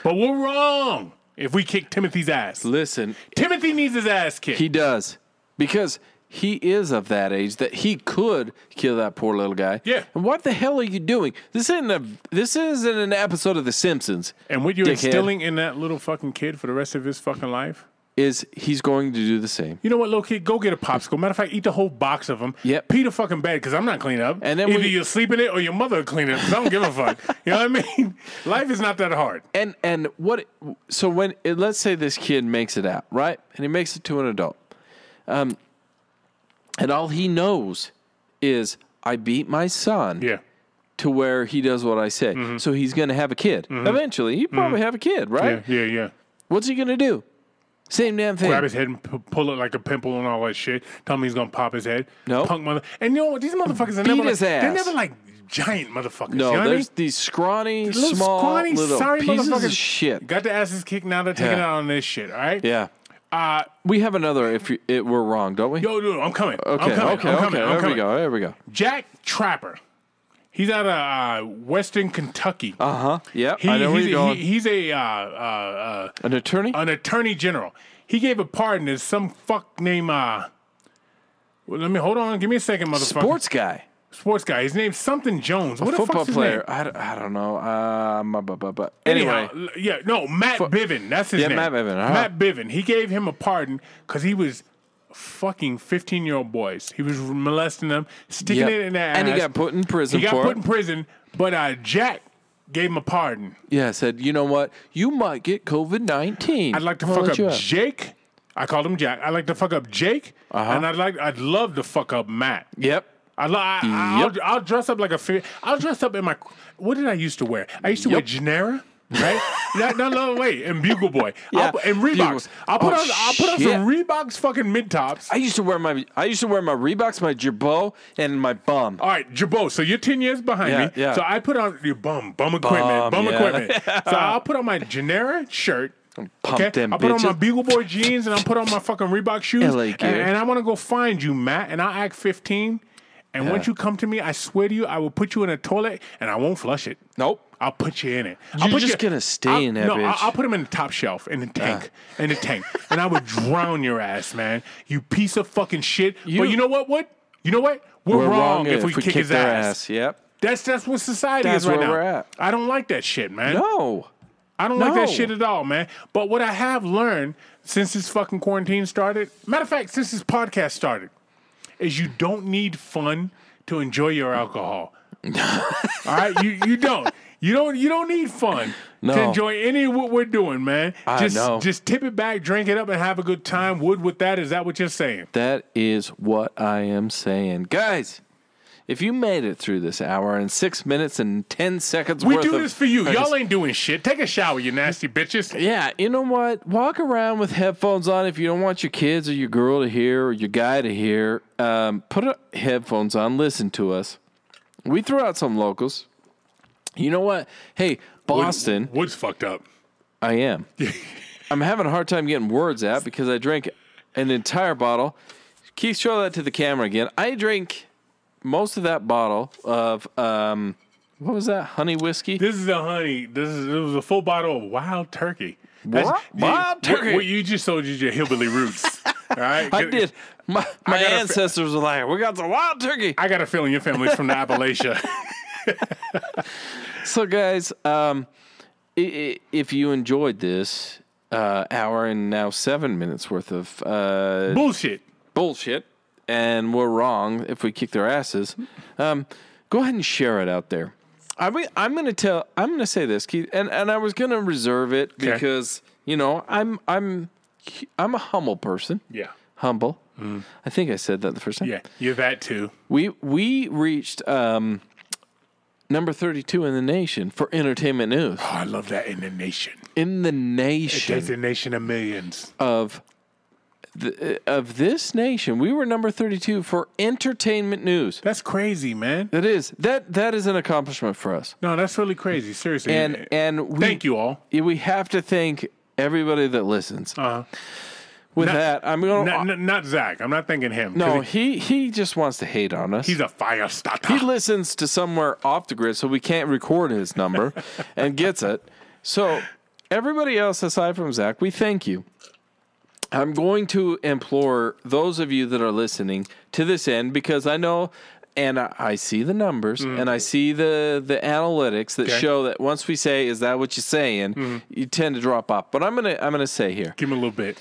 But we're wrong if we kick Timothy's ass.
Listen,
Timothy needs his ass kicked.
He does because he is of that age that he could kill that poor little guy.
Yeah.
And what the hell are you doing? This isn't a. This isn't an episode of The Simpsons.
and what you're
Dickhead.
instilling in that little fucking kid for the rest of his fucking life
is he's going to do the same.
You know what, low kid? Go get a popsicle. Matter of fact, eat the whole box of them.
Yep.
Pee the fucking bed because I'm not cleaning up.
And then
either
we-
you're sleeping it or your mother will clean it. 'cause I don't give a fuck. You know what I mean? Life is not that hard.
And and what? So when let's say this kid makes it out, right? And he makes it to an adult, um, and all he knows is I beat my son.
Yeah. Mm-hmm.
to where he does what I say. So he's going to have a kid eventually. He probably have a kid, right?
Yeah. Yeah. Yeah.
What's he going to do? Same damn thing.
Grab his head and p- pull it like a pimple and all that shit. Tell me he's gonna pop his head.
No.
Punk mother. And you know what? These motherfuckers are never. Like,
his
They're
ass.
never like giant motherfuckers.
no,
you know what I mean?
there's these scrawny,
eh? Little
small,
scrawny,
little
sorry
pieces
motherfuckers.
of shit.
Got their asses kicked. Now they're taking
Yeah.
it out on this shit. All right.
Yeah. Uh, we have another. If you, it, we're wrong, don't we?
Yo, dude, I'm coming.
okay,
I'm coming.
okay,
I'm
okay.
coming. I'm
there
coming.
we go. There we go.
Jack Trapper. He's out of uh, Western Kentucky.
Uh huh. Yep.
he,
I know where
he's,
you're going.
he- he's a uh, uh, uh,
An attorney.
an attorney general. He gave a pardon to some fuck name. Uh, well, let me hold on. Give me a second, motherfucker.
Sports guy.
sports guy. His name's something Jones. What the
Football
fuck's his
player.
name?
I don't, I don't know. Um, but, but, but. Anyway.
Anyhow, l- yeah, no, Matt Bivin. That's his
Yeah,
name.
Matt Bivin, uh-huh.
Matt Bivin. He gave him a pardon because he was fucking fifteen-year-old boys. He was molesting them, sticking
Yep.
it in their ass.
And he got put in prison
He got
for
put
it.
in prison, but uh, Jack gave him a pardon.
yeah, said, you know what? You might get COVID 19.
I'd like to fuck up Jake. I called him Jack. I'd like to fuck up Jake, and I'd like I'd love to fuck up Matt.
Uh-huh. Yep.
I, lo- I, I-
Yep.
I'll, I'll dress up like a fi- I'll dress up in my. What did I used to wear? I used to wear Genera, right? no, no, no, wait, and Bugle Boy,
Yeah,
I'll, and
Bugle.
Reeboks. I'll put
Oh,
on I'll put on some Reeboks fucking mid tops.
I used to wear my I used to wear my Reeboks, my Jabot, and my bum.
All right, Jabot. So you're ten years behind
Yeah,
me.
yeah.
So I put on your bum, bum equipment,
Bum,
bum
yeah.
equipment. So I'll put on my Genera shirt.
Pump them
I'll put on my
bitches.
Bugle Boy jeans and I'll put on my fucking Reebok shoes.
LA
and,
gear.
and I want to go find you, Matt, and I'll act 15. And once you come to me, I swear to you, I will put you in a toilet and I won't flush it.
Nope.
I'll put you in it. I'll
You're
put
just
you-
gonna stay
I'll-
in that
no, I'll,
bitch. Ah.
I'll put him in the top shelf, in the tank, in the tank, and I would drown your ass, man. You piece of fucking shit.
You-
but you know what? What? You know what? We're,
We're
wrong, if, we, kick, his
their
ass.
Yep.
That's that's what society
That's
is right
where
now.
we're at.
I don't like that shit, man.
No.
I don't like that
No.
shit at all, man. But what I have learned since this fucking quarantine started, matter of fact, since this podcast started, is you don't need fun to enjoy your alcohol. all right, you you don't. You don't you don't need fun to
No.
enjoy any of what we're doing, man.
I
just
know.
just tip it back, drink it up, and have a good time. Wood with that, is that what you're saying?
That is what I am saying. Guys, if you made it through this hour and six minutes and ten seconds
We
worth
do
of-
this for you. Y'all ain't doing shit. Take a shower, you nasty bitches.
Yeah, you know what? Walk around with headphones on if you don't want your kids or your girl to hear or your guy to hear. Um, put a- headphones on, listen to us. We threw out some locals. You know what? Hey, Boston.
Wood's fucked up.
I am. I'm having a hard time getting words out because I drank an entire bottle. Keith, show that to the camera again. I drank most of that bottle of um, what was that? Honey whiskey.
This is a honey. This is it was a full bottle of wild turkey.
What?
you-
Wild
what-
turkey.
What you just sold you your hillbilly roots. all right,
I did. My, my
gotta fi-
ancestors were like, "We got some wild turkey."
I got a feeling your family's from the Appalachia.
So, guys, um, i- i- if you enjoyed this uh, hour and now seven minutes worth of uh,
Bullshit.
bullshit and we're wrong if we kick their asses, um, go ahead and share it out there. I mean, I'm going to tell. I'm going to say this, Keith, and, and I was going to reserve it
Okay.
because you know I'm I'm I'm a humble person.
Yeah. Mm-hmm.
Humble. I think I said that the first time.
Yeah, you're that too.
We we reached um, number 32 in the nation for entertainment news
Oh, I love that in the nation.
in the nation
It's a nation of millions.
of the, of this nation. We were number 32 for entertainment news.
That's crazy, man.
That is that that is an accomplishment for us,
No, that's really crazy. Seriously. Eh,
and and we,
thank you all.
We have to thank everybody that listens.
Uh-huh.
With
Not-
that, I'm going.
Not,
to
not, not Zach. I'm not thinking him.
uh, No,
'Cause
he he just wants to hate on us.
he- he's a fire starter.
he listens to somewhere off the grid, so we can't record his number, and gets it. So everybody else aside from Zach, we thank you. I'm going to implore those of you that are listening to this end because I know and I, I see the numbers and I see the the analytics that
Okay.
show that once we say is that what you're saying you tend to drop off but I'm going to I'm going to say here
Give him a little bit.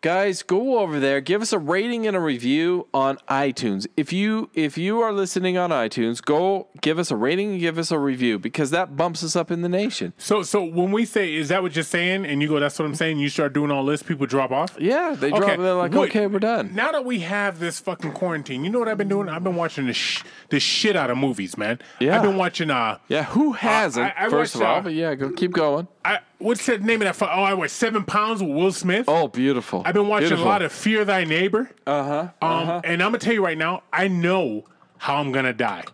guys go over there give us a rating and a review on itunes if you if you are listening on itunes go give us a rating and give us a review because that bumps us up in the nation
So, so when we say, "Is that what you're saying?" and you go, "That's what I'm saying," you start doing all this, people drop off.
yeah they drop and they're like
wait.
okay we're done
Now that we have this fucking quarantine, you know what I've been doing? I've been watching the sh- the shit out of movies, man.
Yeah.
I've been watching uh
yeah who hasn't
I- I
first of
watched,
all
uh,
but yeah go keep going
I what's the name of that fu- Oh, I watched 7 Pounds with Will Smith.
oh beautiful
I've been watching a lot of Fear Thy Neighbor.
uh-huh
Um and I'm going to tell you right now, I know how I'm going to die.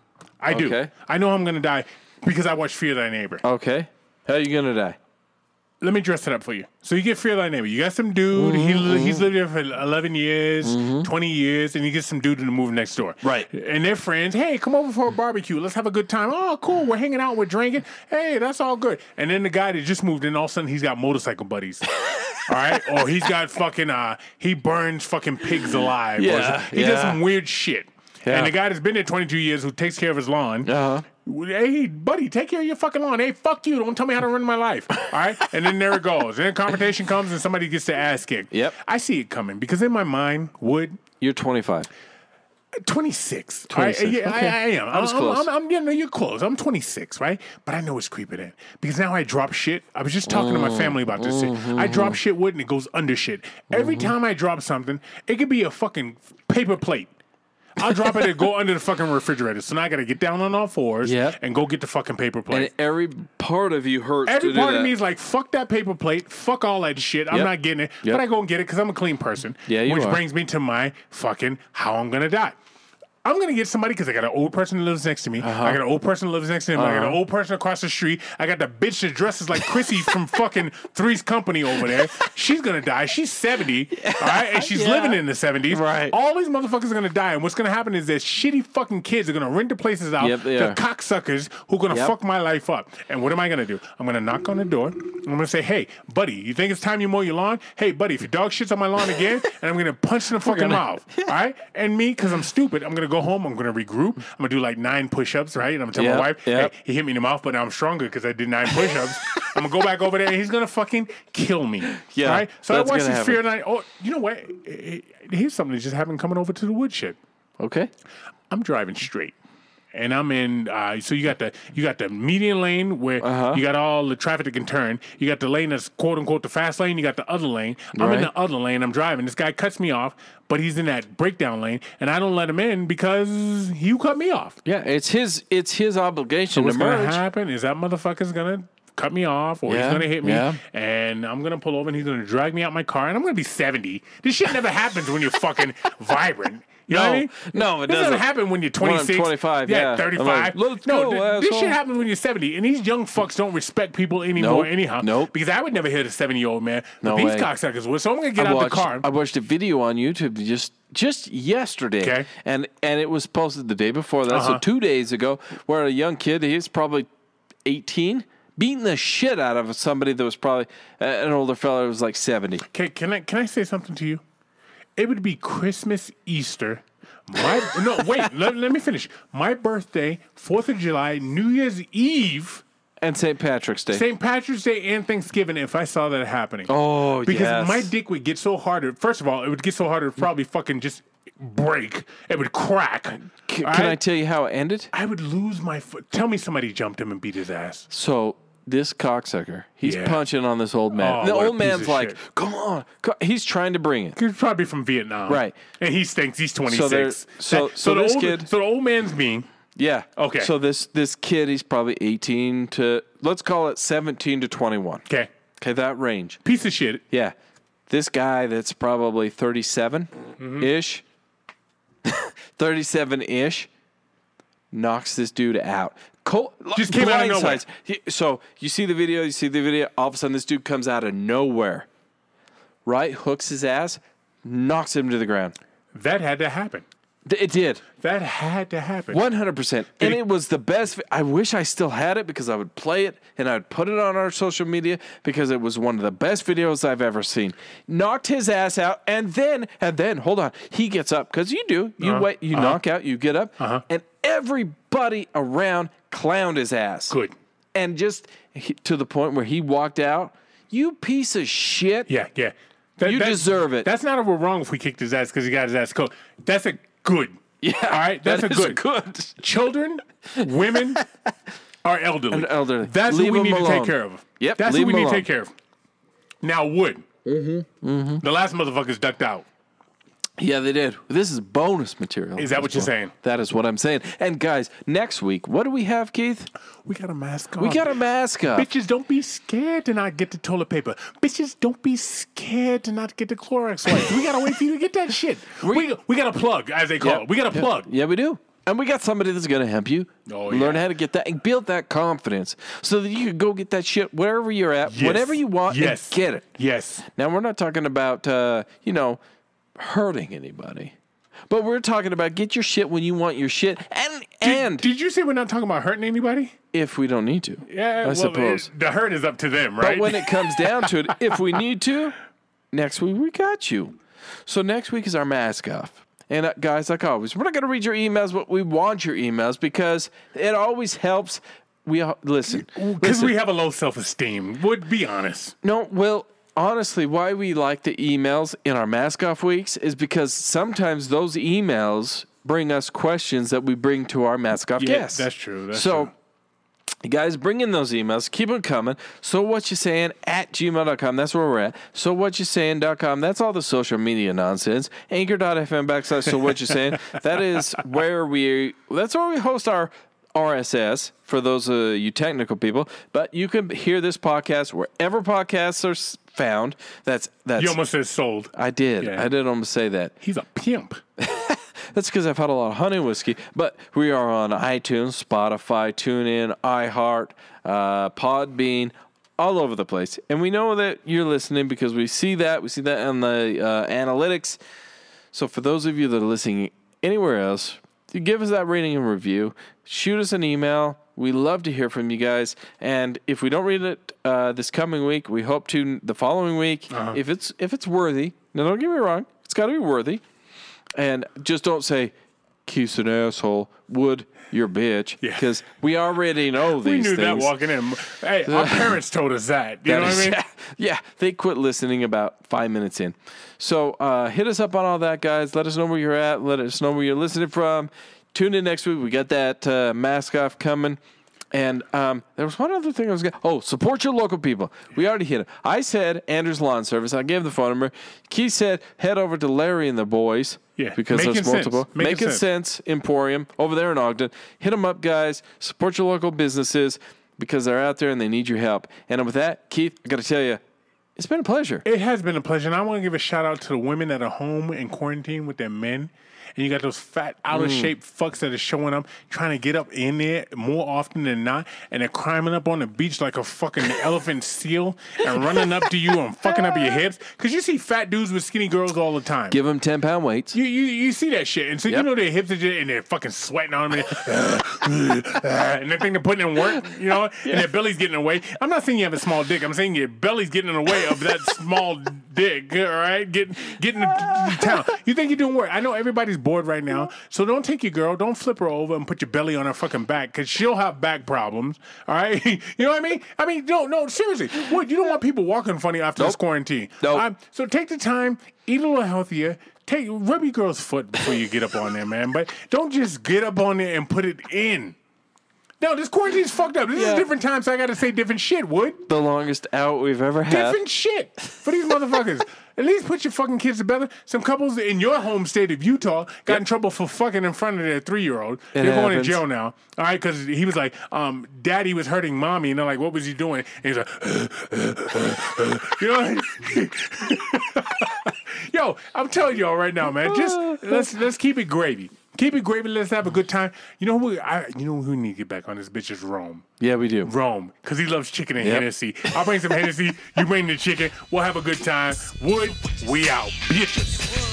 I do.
Okay.
I know how I'm going to die because I watched Fear Thy Neighbor.
okay how you gonna die
let me dress it up for you. So you get Fear Thy Neighbor. You got some dude. He li-
Mm-hmm.
he's lived there for eleven years, twenty years, and you get some dude in the move next door.
Right.
And their friends, hey, come over for a barbecue. Let's have a good time. Oh, cool. We're hanging out. We're drinking. Hey, that's all good. And then the guy that just moved in, all of a sudden he's got motorcycle buddies. all right. Or he's got fucking uh, he burns fucking pigs alive. or
Yeah,
some- He does
yeah.
some weird shit.
Yeah.
And the guy that's been there 22 years who takes care of his lawn,
uh-huh
Hey, buddy, take care of your fucking lawn. Hey, fuck you. Don't tell me how to run my life. All right? And then there it goes. Then a confrontation comes and somebody gets their ass kicked.
Yep.
I see it coming because in my mind, Wood,
you're 25
26. all right?
26,
Yeah,
okay.
I, I am.
I was
I'm,
close.
I'm, I'm, you know, you're close. I'm 26, right? But I know it's creeping in because now I drop shit. I was just talking to my family about this
Mm-hmm.
shit. I drop shit, Wood, and it goes under shit. Every time I drop something, it could be a fucking paper plate. I'll drop it and go under the fucking refrigerator. So now I got to get down on all fours
Yep.
and go get the fucking paper plate.
and every part of you hurts
Every
to do
part
that.
of me is like, fuck that paper plate, fuck all that shit. I'm
Yep.
not getting it,
Yep.
but I go and get it because I'm a clean person.
Yeah, you
which
are.
brings me to my fucking how I'm gonna die. I'm gonna get somebody because I got an old person that lives next to me.
Uh-huh.
I got an old person that lives next to him. I got an old person across the street. I got the bitch that dresses like Chrissy from fucking Three's Company over there. She's gonna die. She's 70, all right? And she's
Yeah.
living in the 70s.
Right.
All these motherfuckers are gonna die. And what's gonna happen is that shitty fucking kids are gonna rent the places out.
Yep, they
to
are.
cocksuckers who are gonna
Yep.
fuck my life up. And what am I gonna do? I'm gonna knock on the door. I'm gonna say, "Hey, buddy, you think it's time you mow your lawn? Hey, buddy, if your dog shits on my lawn again, and I'm gonna punch in the fucking mouth, all right? And me, because I'm stupid, I'm gonna go home. I'm gonna regroup. I'm gonna do like nine push-ups, right? And I'm telling
Yep,
my wife,
yep.
"Hey, he hit me in the mouth, but now I'm stronger because I did nine push-ups. I'm gonna go back over there, and he's gonna fucking kill me.
Yeah,
all right. So I
that's
watched
gonna
this Fear Night. Oh, you know what? Eh, eh, Here's something that just happened coming over to the woodshed.
okay
I'm driving straight. And I'm in. Uh, so you got the you got the median lane where you got all the traffic that can turn. You got the lane that's quote unquote the fast lane. You got the other lane. I'm in
Right.
the other lane. I'm driving. This guy cuts me off, but he's in that breakdown lane, and I don't let him in because you cut me off.
yeah it's his it's his obligation to
What's gonna
merge
happen is that motherfucker's gonna cut me off, or
Yeah,
he's gonna hit me,
yeah.
and I'm gonna pull over, and he's gonna drag me out my car, and I'm gonna be seventy. This shit never happens when you're fucking vibrant. You know
No,
what I mean?
no, it
This
doesn't.
happen when you're
When I'm
26,
25, yeah. I'm
35.
like, let's go,
no, th- this
asshole.
shit happens when you're 70, and these young fucks don't respect people anymore.
Nope,
Anyhow,
nope.
because I would never hit a 70 year old man. But
No
these
way.
cocksuckers would. So I'm gonna get
I
out
watched,
the car.
I watched a video on YouTube just just yesterday,
Okay. Uh-huh.
and and it was posted the day before that, so two days ago, where a young kid, he's probably eighteen, beating the shit out of somebody that was probably uh, an older fella that was like seventy.
Okay, can I can I say something to you? It would be Christmas, Easter. My no, wait. let, let me finish. My birthday, Fourth of July, New Year's Eve,
And St. Patrick's Day.
St. Patrick's Day, and Thanksgiving. If I saw that happening,
Oh,
because
yes.
my dick would get so harder. First of all, it would get so harder. It'd probably fucking just break. It would crack.
C-
All
can I
right?
tell you how it ended?
I would lose my foot. Tell me somebody jumped him and beat his ass.
So this cocksucker, he's
Yeah.
punching on this old man.
Oh,
the
what a
old
piece of
man's like,
shit.
"Come on!" co-" He's trying to bring it.
He's probably from Vietnam,
Right.
And he stinks. He's twenty
So there-
six.
so- so
the
this
old,
kid-
So the old man's mean.
Yeah.
Okay.
So this this kid, he's probably eighteen to let's call it seventeen to twenty one.
Okay.
Okay, that range.
Piece of shit.
Yeah. This guy that's probably 37 ish,
Mm-hmm.
37 ish, knocks this dude out. Col-
Just came out of nowhere.
blindsides. He- so you see the video, you see the video, all of a sudden this dude comes out of nowhere, right? Hooks his ass, knocks him to the ground.
That had to happen.
Th- It did.
That had to happen.
100%. And
he-
it was the best. vi- I wish I still had it because I would play it and I'd put it on our social media because it was one of the best videos I've ever seen. Knocked his ass out and then and then hold on. He gets up cuz you do. You
Uh-huh.
wait, you knock out, you get up and everybody around clowned his ass.
Good.
And just he- to the point where he walked out. You piece of shit.
Yeah, yeah. That-
You
that-
deserve it.
That's not a we're wrong if we kicked his ass because he got his ass cold. That's a good.
Yeah.
All right. That's
that
a
is
good.
good.
Children, women, are elderly.
And elderly.
That's
Leave
what we
'em
need to take
alone.
care of.
Yep,
That's
leave
what we
'em
need to
alone.
take care of. Now, wood. The last motherfuckers ducked out.
Yeah, they did. This is bonus material.
Is that
as
what you're
well.
saying?
That is what I'm saying. And guys, next week, what do we have, Keith?
We got a mask on.
We got a mascot.
Bitches, don't be scared to not get the toilet paper. Bitches, don't be scared to not get the Clorox wipe. We gotta wait for you to get that shit. We, we got a plug, as they call
Yeah.
it. We got a
Yeah.
plug.
Yeah, we do. And we got somebody that's going to help you
Oh,
learn
yeah.
how to get that and build that confidence so that you can go get that shit wherever you're at,
Yes.
whatever you want,
Yes.
and get it.
Yes.
Now, we're not talking about, uh, you know, hurting anybody, but we're talking about get your shit when you want your shit and, and
did you say we're not talking about hurting anybody?
if we don't need to.
Yeah,
I
well,
suppose.
it- the hurt is up to them, right?
But when it comes down to it, if we need to, next week we got you. So next week is our mask off. And uh, guys, like always, we're not going to read your emails, but we want your emails because it always helps. We all- listen.
because
listen.
we have a low self esteem. Would be honest.
No, well, honestly, why we like the emails in our mask off weeks is because sometimes those emails bring us questions that we bring to our mask off
Yeah,
guests.
that's true, that's
so, you guys, bring in those emails. Keep them coming. So what you saying at gmail.com. That's where we're at. So what you saying.com. That's all the social media nonsense. Anchor.fm backslash so what you saying. that is where we, that's where we host our RSS for those of you technical people. But you can hear this podcast wherever podcasts are s- found. That's, that's,
You almost said sold.
I did.
Yeah.
I did almost say that.
He's a pimp.
That's because I've had a lot of honey whiskey. But we are on iTunes, Spotify, TuneIn, iHeart, uh, Podbean, all over the place. And we know that you're listening because we see that. We see that in the uh, analytics. So for those of you that are listening anywhere else, you give us that rating and review. Shoot us an email. We love to hear from you guys. And if we don't read it uh, this coming week, we hope to n- the following week.
Uh-huh.
If it's if it's worthy. Now don't get me wrong. It's got to be worthy. And just don't say, Keith's an asshole, Would your bitch.
Yeah.
Because we already know
We
these
knew that
things.
walking in. Hey, our parents told us that. You know what I mean?
yeah, they quit listening about five minutes in. So uh, hit us up on all that, guys. Let us know where you're at. Let us know where you're listening from. Tune in next week. We got that uh, mask off coming. And um, there was one other thing I was going to. Oh, support your local people. We already hit it. I said Anders Lawn Service. I gave the phone number. Keith said head over to Larry and the Boys.
Yeah,
Because
making
there's multiple.
sense, making
Making
sense.
Sense Emporium over there in Ogden. Hit them up, guys. Support your local businesses because they're out there and they need your help. And with that, Keith, I got to tell you, it's been a pleasure.
It has been a pleasure, and I want to give a shout out to the women that are home in quarantine with their men. And you got those fat, out of shape fucks that are showing up, trying to get up in there more often than not, and they're climbing up on the beach like a fucking elephant seal and running up to you and fucking up your hips. Because you see fat dudes with skinny girls all the time.
Give them 10 pound weights.
you, you you see that shit, and so you
Yep.
know their hips are just, and they're fucking sweating on them, and, and they think they're putting in work, you know, and their belly's getting away. I'm not saying you have a small dick. I'm saying your belly's getting in the way of that small dick. All right, getting getting to to town. You think you're doing work? I know everybody's bored right now, so don't take your girl, don't flip her over and put your belly on her fucking back, cause she'll have back problems. All right, you know what I mean? I mean, no, no, seriously, what you don't want people walking funny after this
Nope.
quarantine.
Nope.
I'm- Um, so take the time, eat a little healthier. Take rub your girl's foot before you get up on there, man. But don't just get up on there and put it in. No, this quarantine's fucked up. This
Yeah.
is different time, so I gotta say different shit, Wood.
The longest out we've ever had.
Different shit for these motherfuckers. At least put your fucking kids to bed. Some couples in your home state of Utah got in trouble for fucking in front of their three year old. They're going to
happens.
jail now. All right, because he was like, um, Daddy was hurting mommy. And they're like, What was he doing? And he's like, You know what I mean? Yo, I'm telling y'all right now, man. Just let's let's keep it gravy. Keep it gravy. Let's have a good time. You know who I you know who we need to get back on this bitch is Rome.
Yeah, we do.
Rome, because he loves chicken and
Yep.
Hennessy. I'll bring some Hennessy. You bring the chicken. We'll have a good time. Wood, we out. Bitches.
Keep it wood.